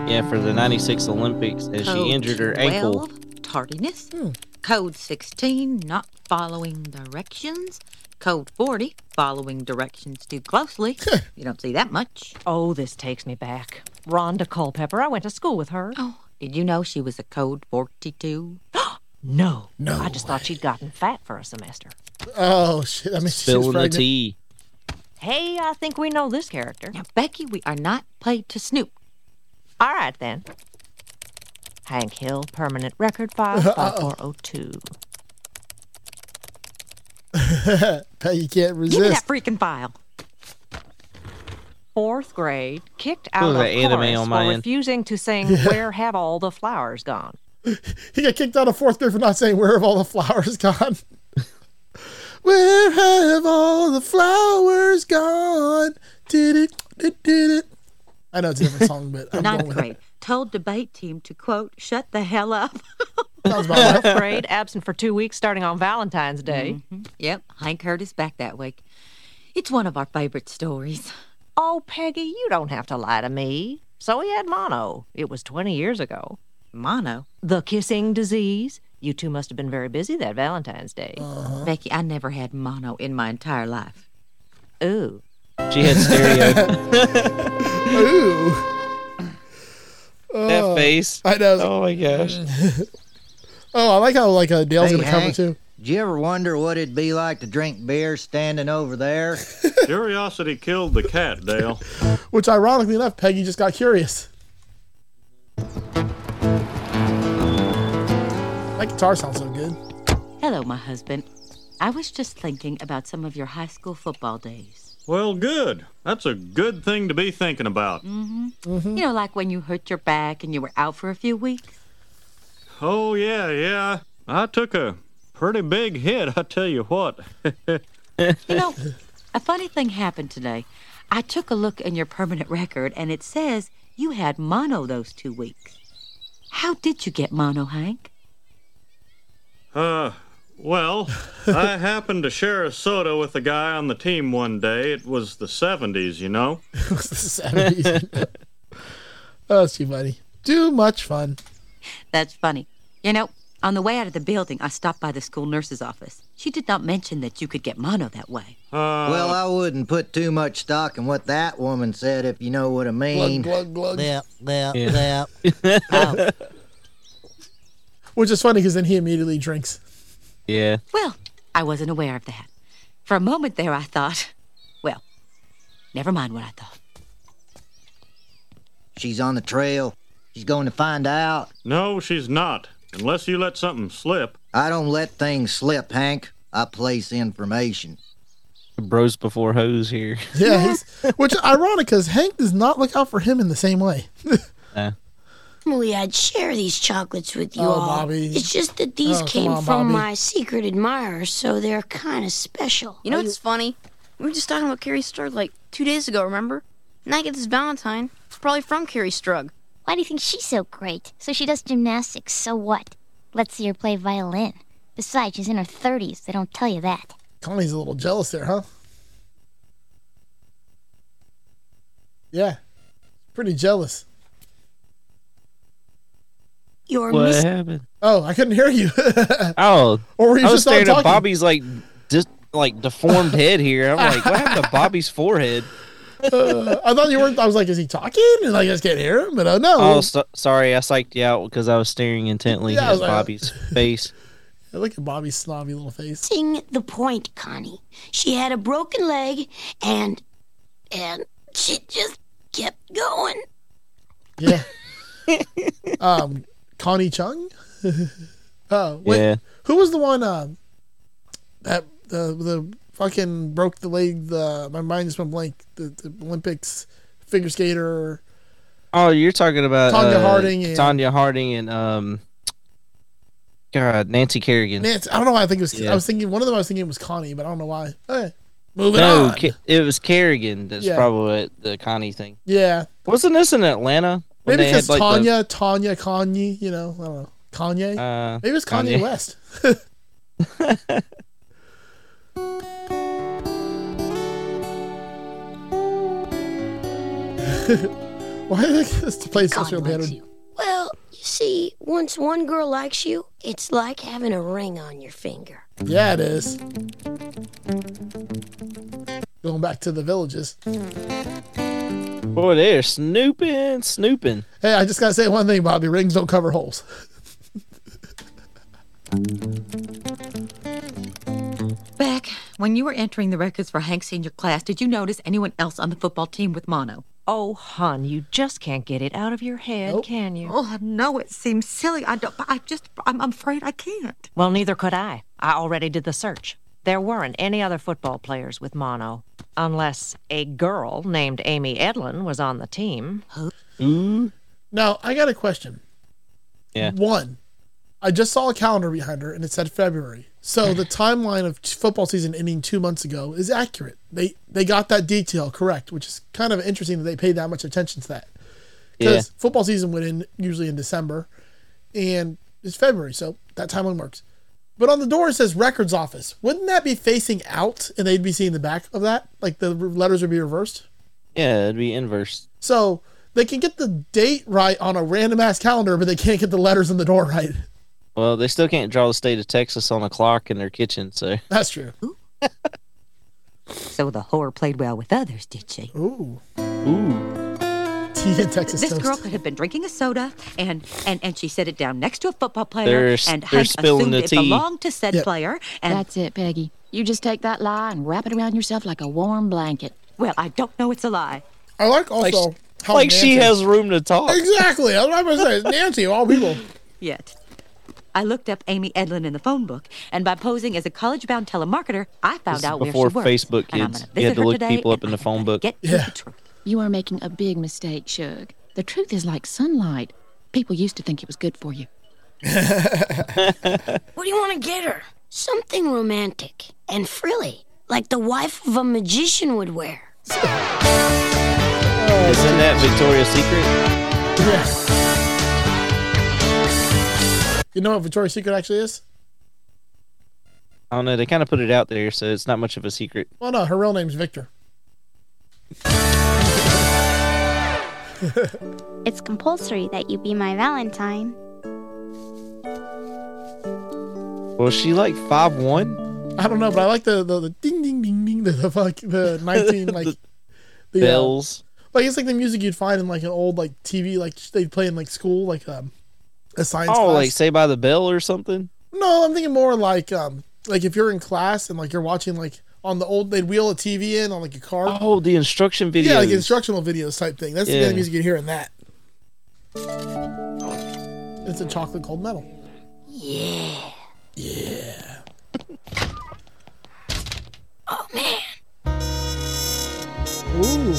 G: Yeah, for the 96 Olympics, and she injured her ankle.
H: 12, Tardiness. Code 16, not following directions. Code 40, following directions too closely. you don't see that much.
J: Oh, this takes me back. Rhonda Culpepper. I went to school with her.
H: Oh, did you know she was a code 42? no.
F: No.
J: I just thought she'd gotten fat for a semester.
F: Oh shit! I mean, she was
G: Spilling the
F: pregnant.
G: tea.
J: Hey, I think we know this character.
H: Now, Becky, we are not paid to snoop.
J: All right, then. Hank Hill, permanent record file, 5402.
F: Hey, you can't
H: Give me that
F: resist.
H: freaking file.
J: Fourth grade, kicked out of
G: that
J: chorus
G: anime on my
J: for
G: end.
J: refusing to sing Where Have All the Flowers Gone?
F: He got kicked out of fourth grade for not saying where have all the flowers gone. Where have all the flowers gone? Did it, did, did it. I know it's a different song, but I'm going
H: Ninth
F: with
H: grade.
F: it.
H: Told debate team to quote, shut the hell up.
F: Sounds about right.
J: Parade absent for two weeks starting on Valentine's Day.
H: Mm-hmm. Yep, Hank heard us back that week. It's one of our favorite stories.
J: Oh, Peggy, you don't have to lie to me. So he had mono. It was 20 years ago.
H: Mono.
J: The kissing disease. You two must have been very busy that Valentine's Day.
H: Uh-huh. Becky, I never had mono in my entire life.
J: Ooh.
G: She had stereo.
F: Ooh.
G: that face.
F: I know.
G: Oh my gosh.
F: Oh, I like how like uh, Dale's
K: Hey,
F: gonna cover
K: Hank.
F: too.
K: Do you ever wonder what it'd be like to drink beer standing over there?
A: Curiosity killed the cat, Dale.
F: Which, ironically enough, Peggy just got curious. That guitar sounds so good.
H: Hello, my husband. I was just thinking about some of your high school football days.
A: Well, good. That's a good thing to be thinking about.
J: Hmm.
H: You know, like when you hurt your back and you were out for a few weeks.
A: Oh, yeah, yeah. I took a pretty big hit, I tell you what.
H: You know, a funny thing happened today. I took a look in your permanent record and it says you had mono those two weeks. How did you get mono, Hank?
A: Uh, well, I happened to share a soda with a guy on the team one day. It was the 70s, you know.
F: It's the 70s. oh, it's too funny. Too much fun.
H: That's funny. You know, on the way out of the building, I stopped by the school nurse's office. She did not mention that you could get mono that way.
K: well, I wouldn't put too much stock in what that woman said, if you know what I
F: Glug
K: mean.
F: glug glug.
K: Lip, lip,
G: Yeah.
K: lip.
H: Oh.
F: Which is funny because then he immediately drinks.
G: Yeah.
H: Well, I wasn't aware of that. For a moment there, I thought, well, never mind what I thought.
K: She's on the trail. She's going to find out.
A: No, she's not. Unless you let something slip.
K: I don't let things slip, Hank. I place information.
G: Bros before hoes here.
F: Yeah. he's- which is ironic because Hank does not look out for him in the same way.
L: Normally, I'd share these chocolates with you
F: Oh,
L: all.
F: Bobby.
L: It's just that these
F: Oh, come
L: came
F: on,
L: from
F: Bobby.
L: my secret admirer, so they're kind of special.
M: You know what's funny? We were just talking about Carrie Strug like two days ago, remember? And I get this Valentine. It's probably from Carrie Strug.
N: Why do you think she's so great? So she does gymnastics, so what? Let's see her play violin. Besides, she's in her 30s. They don't tell you that.
F: Connie's a little jealous there, huh? Yeah. Pretty jealous.
L: You're
G: What
L: mis-
G: happened?
F: Oh, I couldn't hear you.
G: Oh.
F: Or were you
G: I was
F: just not
G: staring
F: talking?
G: at Bobby's like just like deformed head here. I'm like, what happened to Bobby's forehead?
F: Uh, I thought you weren't. I was like, is he talking? And like, I just can't hear him. But uh, no.
G: Oh, so- sorry, I psyched you out because I was staring intently
F: Yeah, I
G: at
F: was like-
G: Bobby's face.
F: Yeah, Look at Bobby's snobby little face.
L: missing the point, Connie. She had a broken leg, and and she just kept going.
F: Yeah. um, Connie Chung. oh wait,
G: Yeah.
F: who was the one uh, that the the fucking broke the leg? The my mind just went blank. The, the Olympics figure skater.
G: Oh, you're talking about
F: Tonya
G: uh,
F: Harding and-
G: Tonya Harding and um, God, Nancy Kerrigan.
F: Nancy. I don't know why I think it was.
G: Yeah.
F: I was thinking one of them. I was thinking was Connie, but I don't know why. Hey, moving
G: no,
F: on.
G: Ke- it was Kerrigan. That's
F: Yeah.
G: probably the Connie thing.
F: yeah,
G: Wasn't this in Atlanta? when
F: maybe
G: they
F: because
G: had, like, the-
F: Tanya, Tanya, Kanye. You know, I don't know. Kanye.
G: uh,
F: Maybe it's Kanye, West. Why did they get us to play such a bad
L: Well, you see, once one girl likes you, it's like having a ring on your finger.
F: Yeah, it is. Going back to the villages.
G: Boy, they're snooping, snooping.
F: Hey, I just gotta say one thing, Bobby. Rings don't cover holes.
H: Beck, when you were entering the records for Hank's senior class, did you notice anyone else on the football team with mono?
J: Oh, hun, you just can't get it out of your head,
F: Nope.
J: can you?
H: Oh, I know it seems silly. I don't. but I just. I'm, I'm afraid I can't.
J: Well, neither could I. I already did the search. There weren't any other football players with mono, unless a girl named Amy Edlin was on the team.
G: Ooh,
F: Now I got a question.
G: Yeah.
F: One, I just saw a calendar behind her and it said February. So the timeline of t- football season ending two months ago is accurate. They they got that detail correct, which is kind of interesting that they paid that much attention to that. Because
G: Yeah.
F: football season would end usually in December, and it's February, so that timeline works. But on the door it says records office. Wouldn't that be facing out, and they'd be seeing the back of that? Like the r- letters would be reversed.
G: Yeah, it'd be inverse.
F: So they can get the date right on a random ass calendar, but they can't get the letters on the door right.
G: Well, they still can't draw the state of Texas on a clock in their kitchen, so
F: That's true.
H: So the whore played well with others, did she?
F: Ooh.
G: Ooh.
F: Tea and Texas
H: this
F: toast.
H: girl could have been drinking a soda, and and and she set it down next to a football player,
G: There's-
H: and
G: they're
H: Hunt
G: spilling
H: assumed
G: the
H: it
G: tea.
H: belonged to said player. And
O: That's it, Peggy. You just take that lie and wrap it around yourself like a warm blanket.
H: Well, I don't know it's a lie.
F: I like also how
G: like she
F: Nancy-
G: has room to talk.
F: Exactly. That's what I'm gonna say. It's Nancy, of all people.
H: Yet, I looked up Amy Edlin in the phone book, and by posing as a college-bound telemarketer, I found
G: This is
H: out where she
G: before
H: worked.
G: Facebook,
H: and I'm
G: kids.
H: gonna
G: You had
H: visit
G: to
H: her
G: look
H: today
G: people up in the phone book.
F: Yeah.
O: You are making a big mistake, Shug. The truth is like sunlight. People used to think it was good for you.
L: What do you want to get her? Something romantic and frilly, like the wife of a magician would wear.
G: Isn't that Victoria's Secret?
F: You know what Victoria's Secret actually is?
G: I don't know. They kind of put it out there, so it's not much of a secret.
F: Well, no, her real name's Victor.
P: It's compulsory that you be my Valentine.
G: Well, she like five one.
F: I don't know, but I like the the, the ding ding ding ding the, the fuck the nineteen like the, uh,
G: Bells.
F: like it's like the music you'd find in like an old like TV like they play in like school like um a science
G: Oh,
F: class.
G: like say by the bell or something.
F: No, I'm thinking more like um like if you're in class and like you're watching like on the old they'd wheel a TV in on like a car.
G: Oh, the instruction video.
F: yeah, like instructional videos type thing. That's the kind
G: Yeah.
F: of music you'd hear in that. It's a chocolate gold medal.
L: Yeah.
F: Yeah.
L: Oh, man.
F: Ooh.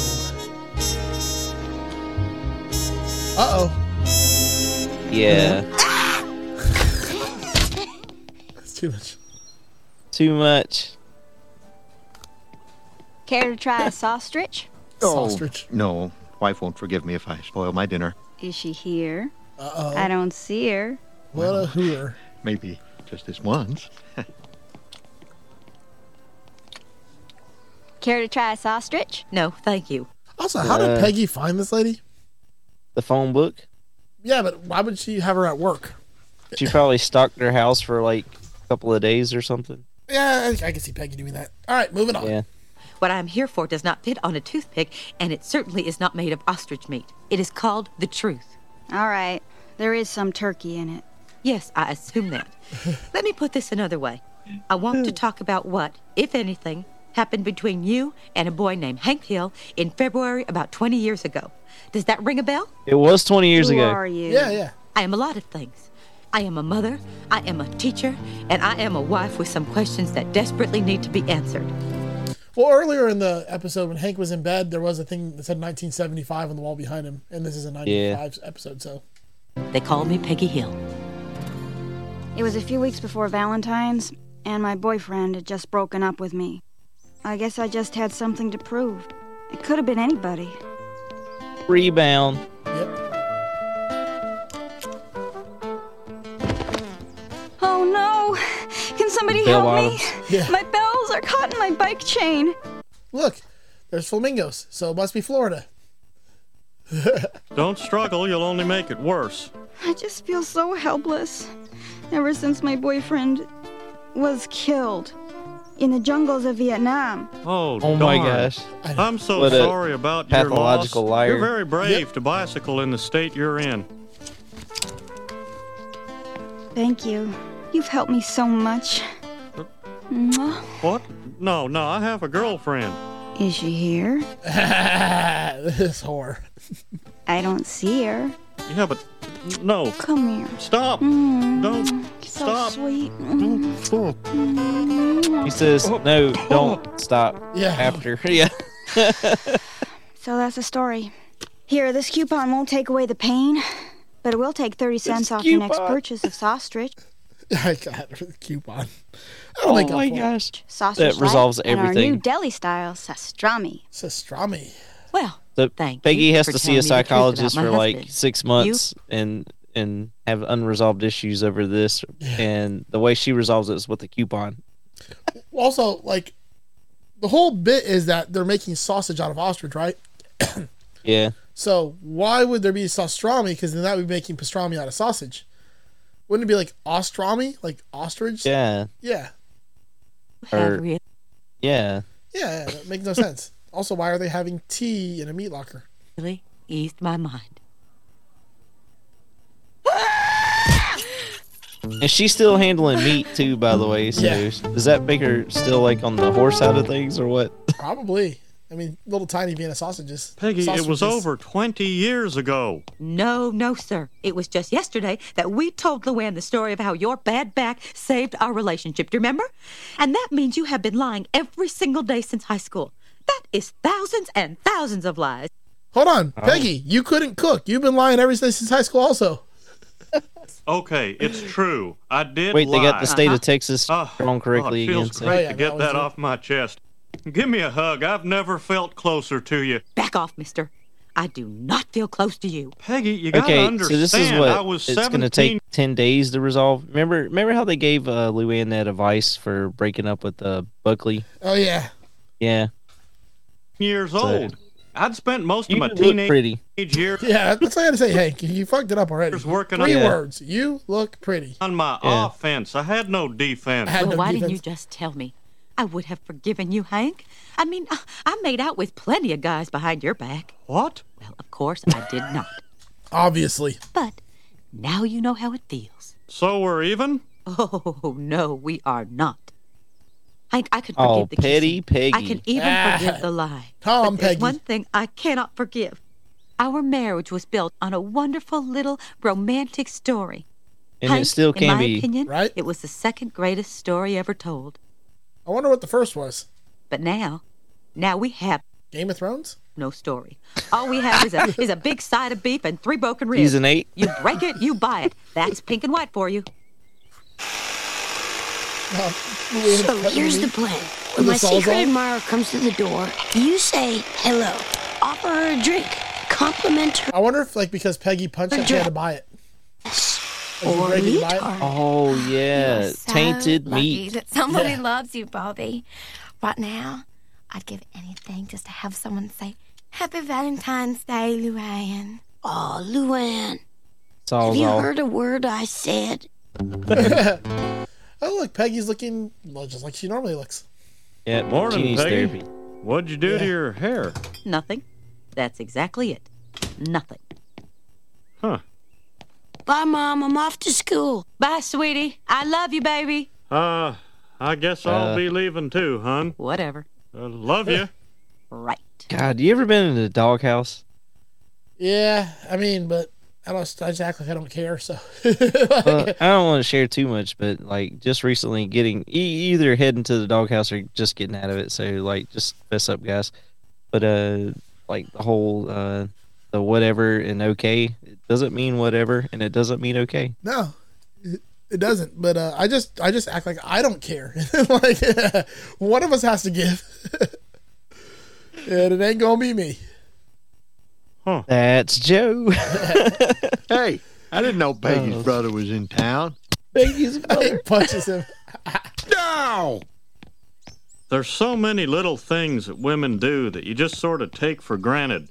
F: Uh oh.
G: Yeah.
F: That's too much.
G: Too much.
P: Care to try a sausage?
Q: Oh, no. Wife won't forgive me if I spoil my dinner.
P: Is she here?
F: Uh-oh.
P: I don't see her.
F: What a hooer.
Q: Maybe just this once.
P: Care to try a sausage?
H: No, thank you.
F: Also, how did
G: Uh,
F: Peggy find this lady?
G: The phone book.
F: Yeah, but why would she have her at work?
G: She probably stalked her house for like a couple of days or something.
F: Yeah, I, I can see Peggy doing that. All right, moving on.
G: Yeah.
H: What I am here for does not fit on a toothpick, and it certainly is not made of ostrich meat. It is called the truth.
P: All right. There is some turkey in it.
H: Yes, I assume that. Let me put this another way. I want to talk about what, if anything, happened between you and a boy named Hank Hill in February about 20 years ago. Does that ring a bell?
G: It was 20 years ago.
H: Yeah, yeah. I am a lot of things. I am a mother, I am a teacher, and I am a wife with some questions that desperately need to be answered.
F: Well, earlier in the episode when Hank was in bed, there was a thing that said 1975 on the wall behind him, and this is a 95 episode, so
H: They call me Peggy Hill.
P: It was a few weeks before Valentine's, and my boyfriend had just broken up with me. I guess I just had something to prove. It could have been anybody.
G: Rebound.
P: Oh no! Can somebody
G: Bell
P: help me?
G: bottoms.
P: My bells are caught in my bike chain.
F: Look, there's flamingos, so it must be Florida.
A: Don't struggle, you'll only make it worse.
P: I just feel so helpless. Ever since my boyfriend was killed in the jungles of Vietnam.
A: Oh,
G: Oh my
A: darn.
G: gosh.
A: I'm so
G: What a
A: sorry about your loss.
G: pathological liar.
A: You're very brave to bicycle in the state you're in.
P: Thank you. You've helped me so much. Mwah.
A: What? No, no, I have a girlfriend.
P: Is she here?
F: this whore.
P: I don't see her.
A: Yeah, but no.
P: Come here.
A: Stop. Don't.
P: So
A: Stop.
P: sweet.
G: He says, no, don't stop.
F: Yeah.
G: After. Oh. Yeah. Oh
P: So that's the story. Here, this coupon won't take away the pain, but it will take 30 cents off your next
G: coupon.
P: purchase of sausage.
F: I got a coupon. That'll make up for it.
P: Sausage
G: That resolves
P: light and our new
G: everything.
P: deli style sastrami.
F: Sastrami.
H: Well,
G: The, Peggy
P: you
G: has
P: for
G: to see
P: telling
G: a
P: me the truth about
G: psychologist
P: my
G: for like
P: husband.
G: six
P: You-
G: months and and have unresolved issues over this. And the way she resolves it is with a coupon.
F: Also, like the whole bit is that they're making sausage out of ostrich, right?
G: Yeah.
F: So why would there be pastrami? Because then that would be making pastrami out of sausage. Wouldn't it be like ostrami, like ostrich?
G: Yeah.
F: Yeah.
G: Or, yeah.
F: Yeah, yeah, that makes no sense. Also, why are they having tea in a meat locker?
H: Really eased my mind.
G: And she's still handling meat too, by the way. So
F: Yeah.
G: does that make her still like on the horse side of things or what?
F: Probably. I mean, little tiny Vienna sausages.
A: Peggy, it was
F: Sausages.
A: over 20 years ago.
H: No, no, sir. It was just yesterday that we told Luann the story of how your bad back saved our relationship. Do you remember? And that means you have been lying every single day since high school. That is thousands and thousands of lies.
F: Hold on,
A: Oh.
F: Peggy. You couldn't cook. You've been lying ever since since high school. Also,
A: Okay, it's true. I did
G: Wait, they got
A: lie. Ah,
G: the state of Texas wrong
A: God,
G: correctly
A: Oh, it
G: again.
A: feels
G: so-
A: great to get that off my chest. Give me a hug. I've never felt closer to you.
H: Back off, mister. I do not feel close to you.
A: Peggy, you gotta
G: Okay, so
A: understand.
G: this is what
A: I was
G: it's going to
A: 17
G: take ten days to resolve. Remember, remember how they gave uh, Luann that advice for breaking up with uh, Buckley?
F: oh yeah,
G: Yeah,
A: years
G: So-
A: old. I'd spent most of
G: You
A: my
G: look
A: teenage
G: pretty.
A: years
F: yeah. That's what I had to say, Hank. You fucked it up already.
A: working
F: Three
A: on- Yeah.
F: words. You look pretty.
A: on my
F: Yeah.
A: offense. I had no defense.
H: Well, why didn't you just tell me? I would have forgiven you, Hank. I mean, I, I made out with plenty of guys behind your back.
A: What?
H: Well, of course I did not.
F: Obviously.
H: But now you know how it feels.
A: So we're even?
H: Oh, no, we are not. Hank, I can forgive
G: Oh,
H: the
G: petty
H: kissing. I
G: Peggy.
H: can even
G: Ah.
H: forgive the lie.
F: Tom,
H: but there's
F: Peggy.
H: one thing I cannot forgive. Our marriage was built on a wonderful little romantic story.
G: and it
H: Hank,
G: still
H: in
G: can
H: my
G: be.
H: opinion, it was the second greatest story ever told.
F: I wonder what the first was.
H: But now, now we have
F: Game of Thrones.
H: No story. All we have is a is a big side of beef and three broken ribs.
G: Season eight.
H: You break it, you buy it. That's pink and white for you.
L: So here's the plan. When
H: With a
L: my secret
H: sawzall?
L: admirer comes to the door, you say hello, offer her a drink, compliment her.
F: I wonder if like because Peggy punched
L: Or
F: it, she had to
L: dr-
F: buy it. Like, you
L: Or
F: break it, you
L: meat
F: buy it?
G: Oh yeah,
I: so
G: tainted
I: lucky
G: meat.
I: That somebody
F: Yeah.
I: loves you, Bobby. Right now, I'd give anything just to have someone say, Happy Valentine's Day, Luann.
L: Oh, Luann,
G: It's all-
L: have you
G: all-
L: heard a word I said?
F: Oh look, Peggy's looking well, just like she normally looks.
G: Yeah,
A: Morning,
G: she needs
A: Peggy.
G: therapy.
A: What'd you do to your hair?
H: Nothing. That's exactly it. Nothing.
A: Huh.
H: Bye, Mom. I'm off to school. Bye, sweetie. I love you, baby.
A: Uh, I guess I'll
G: Uh,
A: be leaving too, hon.
H: Whatever.
A: Uh, love you.
H: Right.
G: God, you ever been in a doghouse?
F: Yeah, I mean, but I don't. I just act like I don't care. So Uh,
G: Well, I don't want to share too much, but like just recently getting e- either heading to the doghouse or just getting out of it. So like just fess up, guys. But uh, like the whole uh, the whatever and okay, it doesn't mean whatever, and it doesn't mean okay.
F: no, it, it doesn't. But uh, I just I just act like I don't care. like one of us has to give, and it ain't gonna be me.
G: That's Joe.
Q: hey, I didn't know Peggy's brother was in town.
F: Peggy's brother punches him.
A: No! There's so many little things that women do that you just sort of take for granted.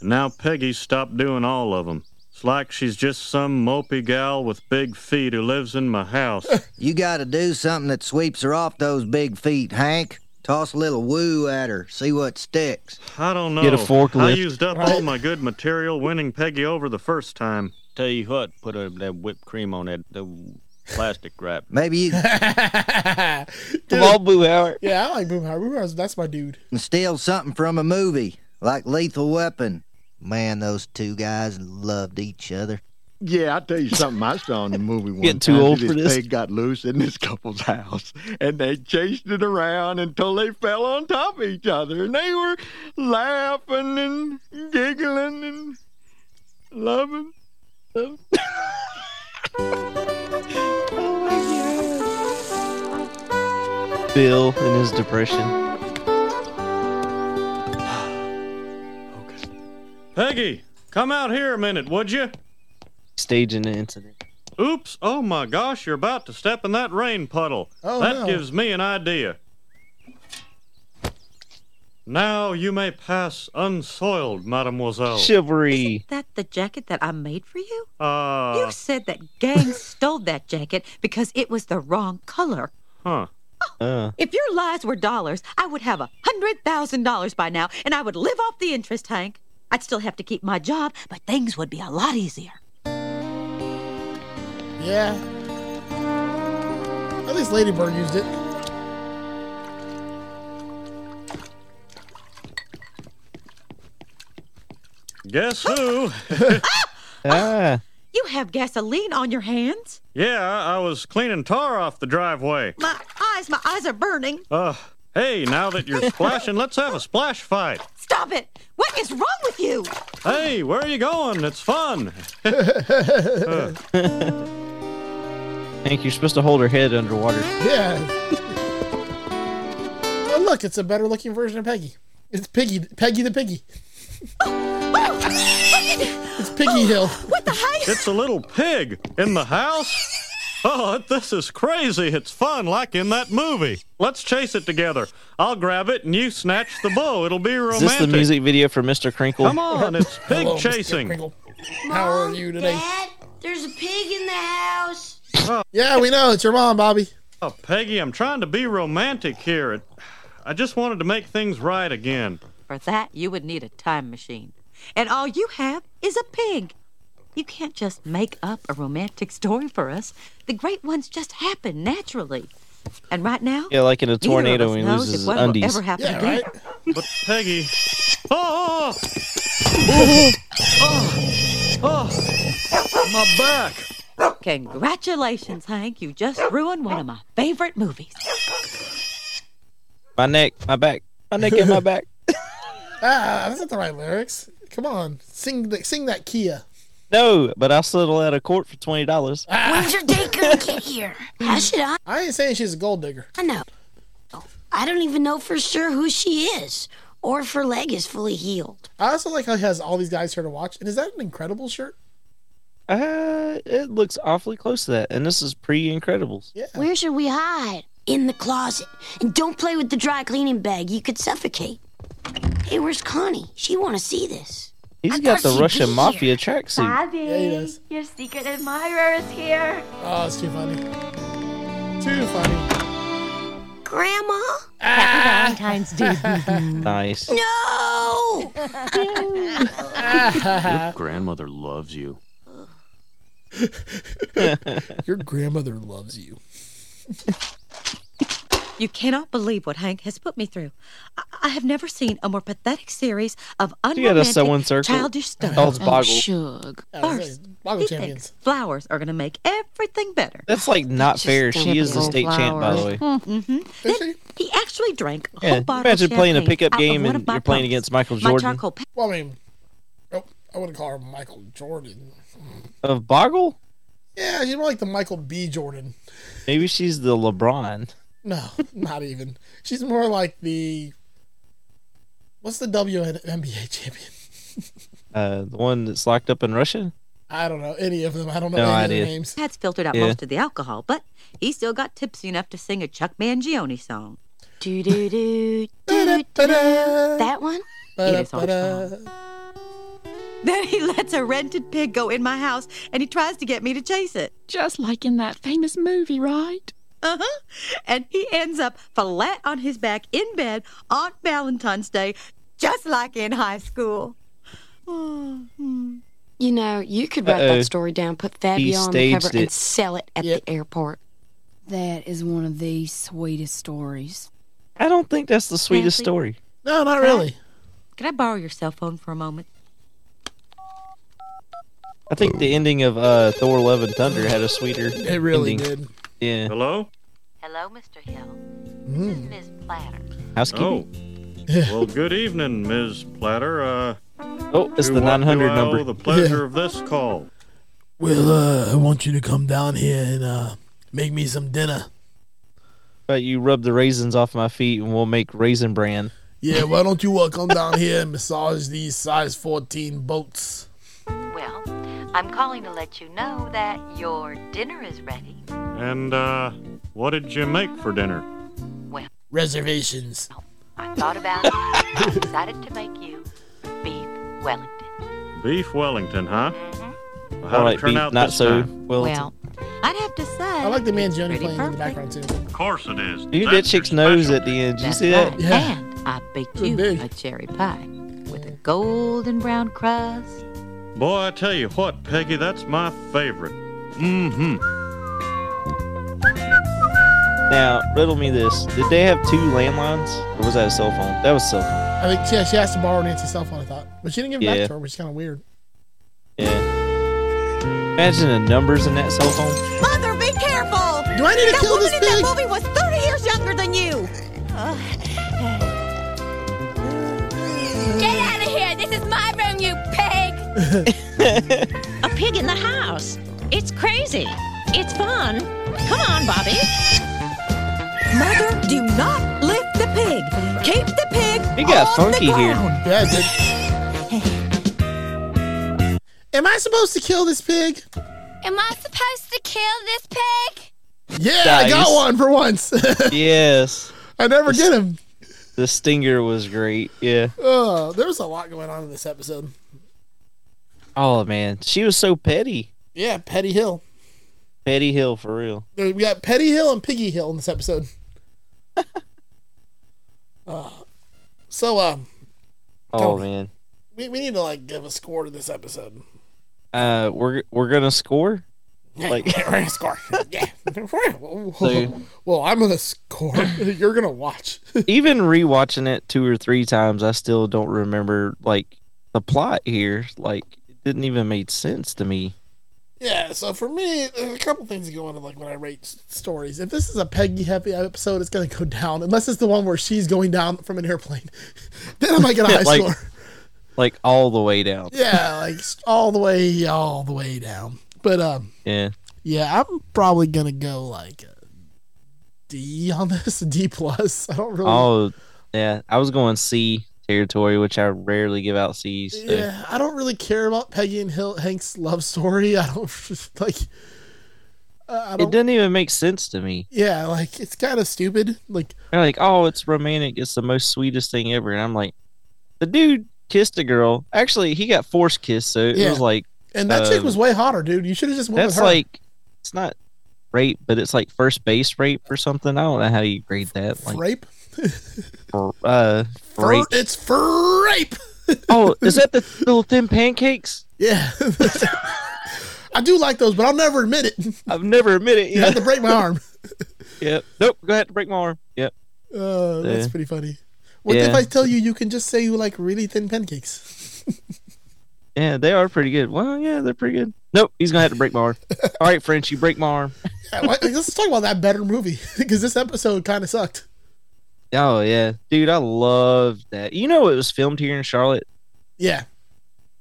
A: And now Peggy's stopped doing all of them. It's like she's just some mopey gal with big feet who lives in my house.
K: You got to do something that sweeps her off those big feet, Hank. Toss a little woo at her, see what sticks.
A: I don't know.
G: Get a
A: I
G: forklift.
A: used up all my good material winning Peggy over the first time.
R: Tell you what, put a, that whipped cream on that the plastic wrap.
K: Maybe you
G: Come on, Boo Howard.
F: Yeah, I like Boomhauer. Boomhauer's that's my dude.
K: can steal something from a movie, like Lethal Weapon. Man, those two guys loved each other.
Q: Yeah, I tell you something. I saw in the movie one
K: Getting too
Q: time,
K: old for this?
Q: Pig got loose in this couple's house, and they chased it around until they fell on top of each other, and they were laughing and giggling and loving. oh my God.
G: Bill and his depression.
A: Peggy, come out here a minute, would you?
G: Staging the incident.
A: Oops, oh my gosh, you're about to step in that rain puddle.
G: Oh,
A: that
G: no.
A: gives me an idea. Now you may pass unsoiled, mademoiselle.
G: Chivalry.
H: That the jacket that I made for you?
A: Uh,
H: you said that gang stole that jacket because it was the wrong color.
A: huh.
H: If your lies were dollars, I would have a hundred thousand dollars by now, and I would live off the interest, Hank. I'd still have to keep my job, but things would be a lot easier.
F: Yeah. At least Ladybird used it.
A: Guess who?
G: ah.
H: You have gasoline on your hands.
A: Yeah, I was cleaning tar off the driveway.
H: My eyes, my eyes are burning.
A: Uh, hey, now that you're splashing, let's have a splash fight.
H: Stop it! What is wrong with you?
A: Hey, where are you going? It's fun. Uh,
G: Hank, you're supposed to hold her head underwater.
F: Yeah. oh, look, it's a better looking version of Peggy. It's Piggy, Peggy the Piggy. it's Piggy Hill.
H: What the heck?
A: It's a little pig in the house? Oh, this is crazy. It's fun, like in that movie. Let's chase it together. I'll grab it and you snatch the bow. It'll be
G: Is
A: romantic.
G: this the music video for Mr. Crinkle?
A: Come on, it's pig
G: Hello, Mr.
A: chasing.
F: How are you today?
L: Dad, there's a pig in the house.
F: Yeah, we know. It's your mom, Bobby.
A: Oh, Peggy, I'm trying to be romantic here. It- I just wanted to make things right again.
H: For that, you would need a time machine. And all you have is a pig. You can't just make up a romantic story for us. The great ones just happen naturally. And right now,
G: Yeah, like in a
H: neither of
G: tornado
H: us
G: and
H: knows
G: loses
H: if
G: his
H: one will
G: undies.
H: Ever happen again.
A: But Peggy. Oh!
H: Oh,
A: Oh! my back.
H: Congratulations, Hank. You just ruined one of my favorite movies.
G: My neck, my back, my neck and my back.
F: Ah, that's not the right lyrics. Come on, sing the, sing that Kia.
G: No, but I'll settle out of court for twenty dollars.
L: When's your date gonna get here? How should I?
F: I ain't saying she's a gold digger.
L: I know. I don't even know for sure who she is, or if her leg is fully healed.
F: I also like how he has all these guys here to watch. And is that an incredible shirt?
G: Uh, it looks awfully close to that, and this is pre-Incredibles.
L: Where should we hide? In the closet. And don't play with the dry cleaning bag. You could suffocate. Hey, where's Connie? She want to see this.
G: He's
L: I
G: got
L: thought
G: the
L: she'd
G: Russian
L: be
G: mafia tracksuit.
L: Bobby,
F: Yeah, he does.
L: your secret admirer is here.
F: Oh, it's too funny. Too funny.
L: Grandma?
J: Happy Valentine's Day. boo-boo.
G: Nice.
L: No!
R: Your grandmother loves you.
F: Your grandmother loves you.
H: You cannot believe what Hank has put me through. I, I have never seen a more pathetic series of
G: You got a sewing
H: unromantic,
G: circle.
H: childish stuff.
G: Oh, it's Boggle.
H: First, he thinks flowers are going to make everything better.
G: That's like not fair. She is the state champ, by the way.
H: Mm-hmm. Then he actually drank a whole
G: Yeah,
H: bottle
G: imagine
H: of
G: playing a
H: champagne
G: pickup
H: out of
G: game
H: one
G: and
H: of my
G: you're playing
H: pumps.
G: against Michael
H: My
G: Jordan
H: charcoal pa-
F: Well, I mean, oh, I wouldn't call her Michael Jordan.
G: of Boggle.
F: Yeah, you know, like the Michael B. Jordan.
G: Maybe she's the LeBron.
F: No, not even. She's more like the. What's the WNBA champion?
G: Uh, the one that's locked up in Russia.
F: I don't know any of them. I don't know
G: No
F: any
G: idea.
F: of their names.
H: Pat's filtered out
G: Yeah.
H: most of the alcohol, but he still got tipsy enough to sing a Chuck Mangione song. Do do do do do.
L: That one?
H: It is our song. Then he lets a rented pig go in my house and he tries to get me to chase it.
O: Just like in that famous movie, right?
H: Uh huh. And he ends up flat on his back in bed on Valentine's Day, just like in high school. Oh, hmm.
S: You know, you could write
G: Uh-oh.
S: that story down, put Fabio
G: He
S: on the cover,
G: staged
S: and
G: it.
S: sell it at the airport. That is one of the sweetest stories.
G: I don't think that's the sweetest
H: Nancy?
G: story.
F: No, not
H: really. Can I borrow your cell phone for a moment?
G: I think the ending of uh, Thor: Love and Thunder had a sweeter.
F: It really
G: ending. did. Yeah.
A: Hello.
J: Hello, Mr. Hill.
F: Mm.
J: Ms. Platter.
A: Oh.
G: Housekeeping.
A: well, good evening, Ms. Platter. Uh,
G: Oh, it's
A: to
G: the
A: what do
G: 900
A: I
G: number.
A: owe the pleasure of this call.
F: Well, uh, I want you to come down here and uh, make me some dinner.
G: But you rub the raisins off my feet and we'll make raisin bran.
F: Yeah, why don't you uh, come down here and massage these size 14 boats?
T: Well, I'm calling to let you know that your dinner is ready.
A: And, uh, what did you make for dinner?
T: Well,
F: Reservations.
T: I thought about it. I decided to make you beef Wellington.
A: Beef Wellington, huh? Well,
G: I
A: How'd
G: like
A: it turn
G: beef,
A: out
G: not
A: this
G: so
A: time?
G: Wellington.
T: Well, I'd have to say.
F: I like the Mangione
T: pretty
F: playing in the background, too.
A: Of course it is.
G: You get that chick's nose at the end. Did you
T: That's
G: see that?
T: right. And I baked you a cherry pie with a golden brown crust.
A: Boy, I tell you what, Peggy, that's my favorite. Mm-hmm.
G: Now, riddle me this. Did they have two landlines? Or was that a cell phone? That was cell phone.
F: I think she, she has to borrow Nancy's cell phone, I thought. But she didn't give it
G: Yeah.
F: back to her, which is kind of weird.
G: Imagine the numbers in that cell phone.
B: Mother, be careful!
F: Do I need to
B: that
F: kill
B: woman
F: this
B: in that movie was 30 years younger than you!
I: Get out of here! This is my room, you pig!
J: A pig in the house. It's crazy. It's fun. Come on, Bobby.
T: Mother, do not lift the pig. Keep the pig.
G: He got
T: on
G: funky
T: the
G: here.
T: ground.
F: Yeah, Am I supposed to kill this pig?
I: Am I supposed to kill this pig?
F: Yeah, I got
G: Nice.
F: one for once.
G: yes.
F: I never get him.
G: The stinger was great. Yeah.
F: Oh, there was a lot going on in this episode.
G: Oh man, she was so petty.
F: Yeah, Petty Hill.
G: Petty Hill for real.
F: There- We got Petty Hill and Piggy Hill in this episode. uh, so, um,
G: Oh man.
F: we, we need to like give a score to this episode.
G: Uh, we're we're gonna score.
F: Like we're gonna score. Yeah.
G: So-
F: well, I'm gonna score. You're gonna watch.
G: Even rewatching it two or three times, I still don't remember like the plot here. Like it didn't even make sense to me.
F: Yeah, so for me, there's a couple things that go into like when I rate s- stories. If this is a Peggy heavy episode, it's gonna go down. Unless it's the one where she's going down from an airplane, then I might get a high
G: like,
F: score.
G: like all the way down.
F: Yeah, like s- all the way, all the way down. But um,
G: Yeah.
F: yeah, I'm probably gonna go like a D on this, a D plus. I don't really.
G: Oh, yeah. I was going C territory, which I rarely give out C's. so-
F: Yeah, I don't really care about Peggy and Hill, Hank's love story. I don't like. Uh, I
G: It
F: don't,
G: doesn't even make sense to me.
F: yeah, like it's kind of stupid. Like,
G: They're like, oh, it's romantic. It's the most sweetest thing ever. And I'm like, the dude kissed a girl. Actually, he got force kissed. So it
F: Yeah.
G: was like,
F: and that chick
G: um,
F: was way hotter, dude. You should have just went
G: that's
F: with her.
G: like, it's not rape, but it's like first base rape or something. I don't know how you grade that. Like,
F: rape.
G: fr- uh, rape.
F: Fur- it's for rape.
G: oh, is that the little thin pancakes?
F: Yeah. I do like those, but I'll never admit it.
G: I've never admitted.
F: You had to break my arm.
G: Yep. Nope. Go ahead to break my arm. Yep.
F: Uh, that's
G: Yeah.
F: pretty funny. What if
G: Yeah.
F: I tell you you can just say you like really thin pancakes?
G: Yeah, they are pretty good. Well, yeah, they're pretty good. Nope, he's gonna have to break my arm. All right, French, you break my arm.
F: Yeah, why- like, let's talk about that better movie because this episode kind of sucked.
G: Oh yeah, dude, I love that. You know, it was filmed here in Charlotte.
F: Yeah.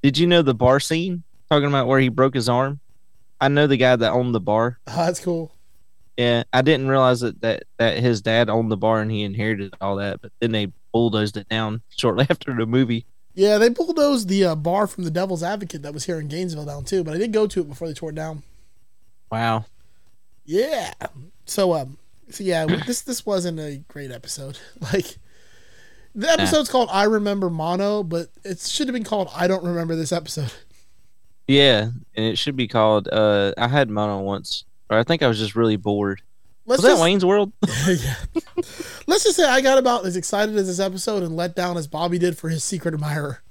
G: Did you know the bar scene? Talking about where he broke his arm. I know the guy that owned the bar.
F: Oh, that's cool.
G: Yeah, I didn't realize that that, that his dad owned the bar and he inherited all that. But then they bulldozed it down shortly after the movie.
F: Yeah, they bulldozed the uh, bar from the Devil's Advocate that was here in Gainesville down too, but I did go to it before they tore it down.
G: Wow.
F: Yeah. So um so yeah, this this wasn't a great episode. Like the episode's called I Remember Mono, but it should have been called I Don't Remember This Episode.
G: Yeah, and it should be called. Uh, I had mono once, or I think I was just really bored.
F: Let's
G: was
F: just-
G: that Wayne's World?
F: Let's just say I got about as excited as this episode and let down as Bobby did for his secret admirer.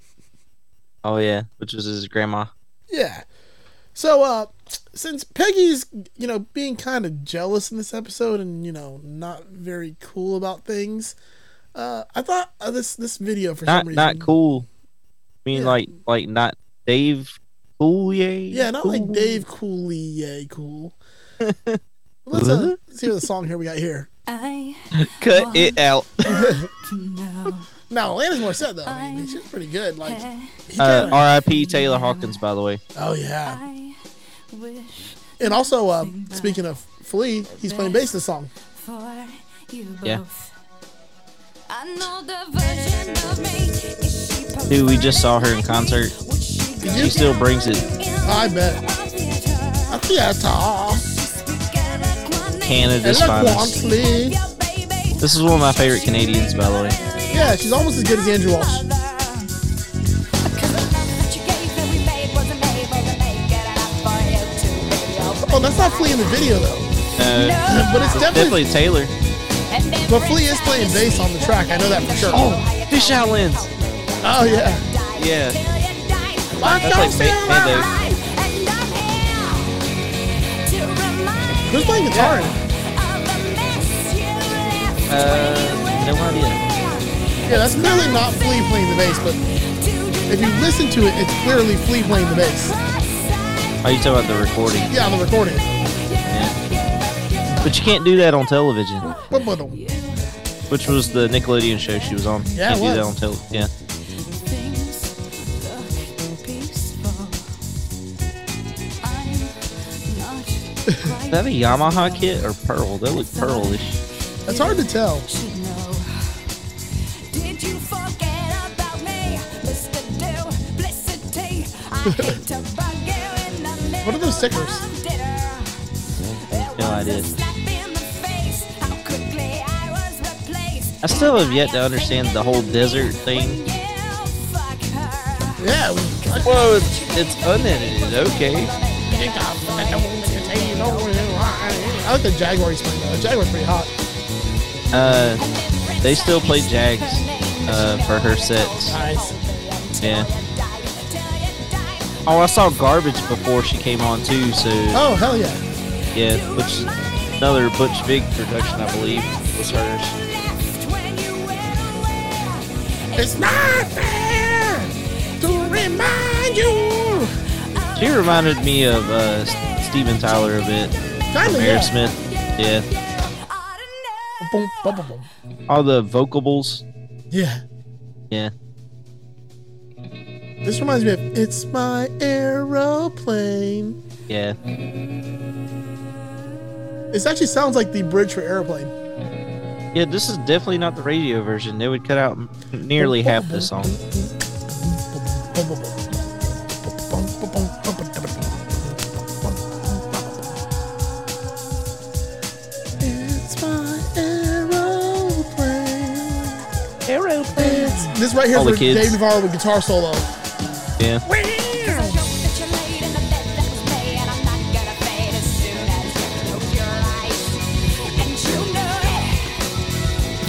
G: oh yeah, which was his grandma.
F: Yeah. So uh since Peggy's you know being kind of jealous in this episode and you know not very cool about things, uh I thought uh, this this video for
G: not
F: some reason
G: not cool. I mean,
F: Yeah.
G: like like not Dave Coulier.
F: Yeah, not like Dave Cooley, yay, cool. let's, uh, let's hear the song here we got here.
B: I
G: Cut it out.
F: No, Alanis Morissette though. I mean, she was pretty good. Like,
G: Uh, R.I.P. Taylor Hawkins, by the way.
F: oh yeah. uh, And also, um, speaking of Flea, he's playing bass in the song.
G: Yeah.
B: I know the version of me.
G: Dude, we just saw her in concert. She still brings it.
F: I bet. A theater.
G: Canada's
F: And I want
G: finest.
F: sleep.
G: This is one of my favorite Canadians, by the way.
F: Yeah, she's almost as good as Andrew Walsh. Oh, that's not Flea in the video though.
G: Uh,
F: But it's definitely-
G: Taylor.
F: But Flea is playing bass on the track. I know that for sure.
G: Oh, fish out lens.
F: Oh yeah.
G: Yeah. That's like Fa- Fando.
F: Who's playing guitar? in it?
G: Uh, no idea.
F: Yeah, that's clearly not Flea playing the bass, but if you listen to it, it's clearly Flea playing the bass.
G: Oh, you talking about the recording?
F: Yeah, on the recording.
G: But you can't do that on television,
F: What about the-
G: which was the Nickelodeon show she was on.
F: Yeah,
G: can't
F: it
G: do that on
F: was.
G: tele- Yeah. Is that a Yamaha kit or pearl? That look pearlish.
F: That's hard to tell. What are those stickers?
G: No idea. I still have yet to understand the whole desert thing.
F: Yeah.
G: Well, it's, it's unedited. Okay.
F: I like the Jaguar he's playing though. The Jaguar's pretty hot.
G: Uh, they still play Jags uh, for her sets.
F: Nice.
G: Yeah. Oh, I saw Garbage before she came on too. So
F: Oh hell yeah.
G: yeah, which is another Butch Big production, I believe, was hers.
F: It's not fair to remind you.
G: She reminded me of uh, S- Steven Tyler a bit.
F: Kinda,
G: from
F: yeah.
G: Aerosmith. Yeah.
F: Boom, boom, boom, boom.
G: All the vocables.
F: Yeah.
G: Yeah.
F: This reminds me of It's My Aeroplane.
G: Yeah.
F: This actually sounds like the bridge for airplane.
G: Yeah, this is definitely not the radio version. They would cut out m- nearly half the song.
F: It's my aeroplane. Aeroplane. This right
G: All
F: here
G: the
F: for
G: kids.
F: Dave Navarro with guitar solo.
G: Yeah.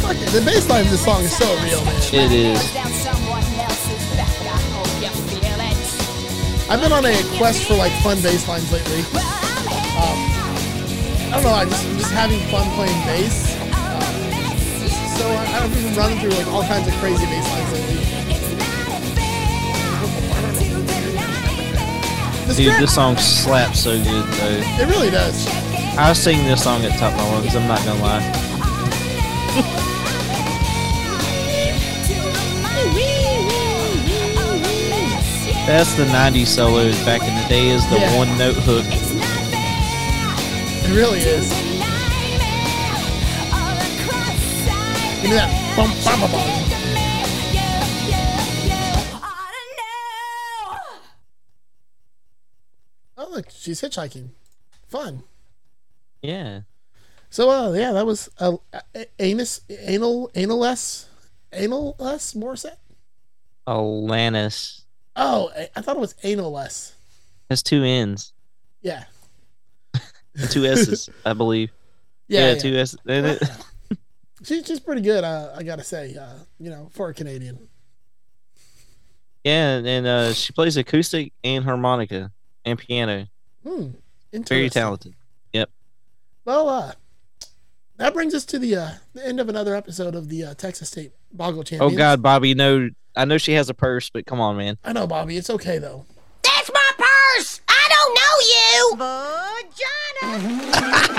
F: Fuck it, The bass line of this song is so real, man.
G: It is.
F: I've been on a quest for like fun bass lines lately. Um, I don't know, I just I'm just having fun playing bass. Um, so I, I've been running through like all kinds of crazy bass lines lately. This
G: Dude,
F: track-
G: this song slaps so good though.
F: It really does.
G: I sing this song at top of my lungs. I'm not gonna lie. That's the '90s solos back in the day. Is the
F: Yeah.
G: one note hook?
F: It really is. Give me that. Bum, bum, bum, bum. Oh, look, she's hitchhiking. Fun.
G: Yeah.
F: So, uh, yeah, that was uh, a- anus, anal, anal s, anal s Morissette.
G: Alanis
F: Oh, I- I thought it was anal s.
G: has two N's,
F: Yeah.
G: and two S's, I believe.
F: Yeah, yeah.
G: two S's. And it-
F: She, she's pretty good, uh, I gotta say, uh, you know, for a Canadian.
G: yeah, and uh, she plays acoustic and harmonica and piano.
F: Hmm.
G: Very
F: interesting.
G: talented. Yep.
F: Well, uh, that brings us to the uh, the end of another episode of the uh, Texas State Boggle Champions.
G: Oh God, Bobby, no. I know she has a purse, but come on, man.
F: I know, Bobby. It's okay though.
B: That's my purse! I don't know you! Vagina!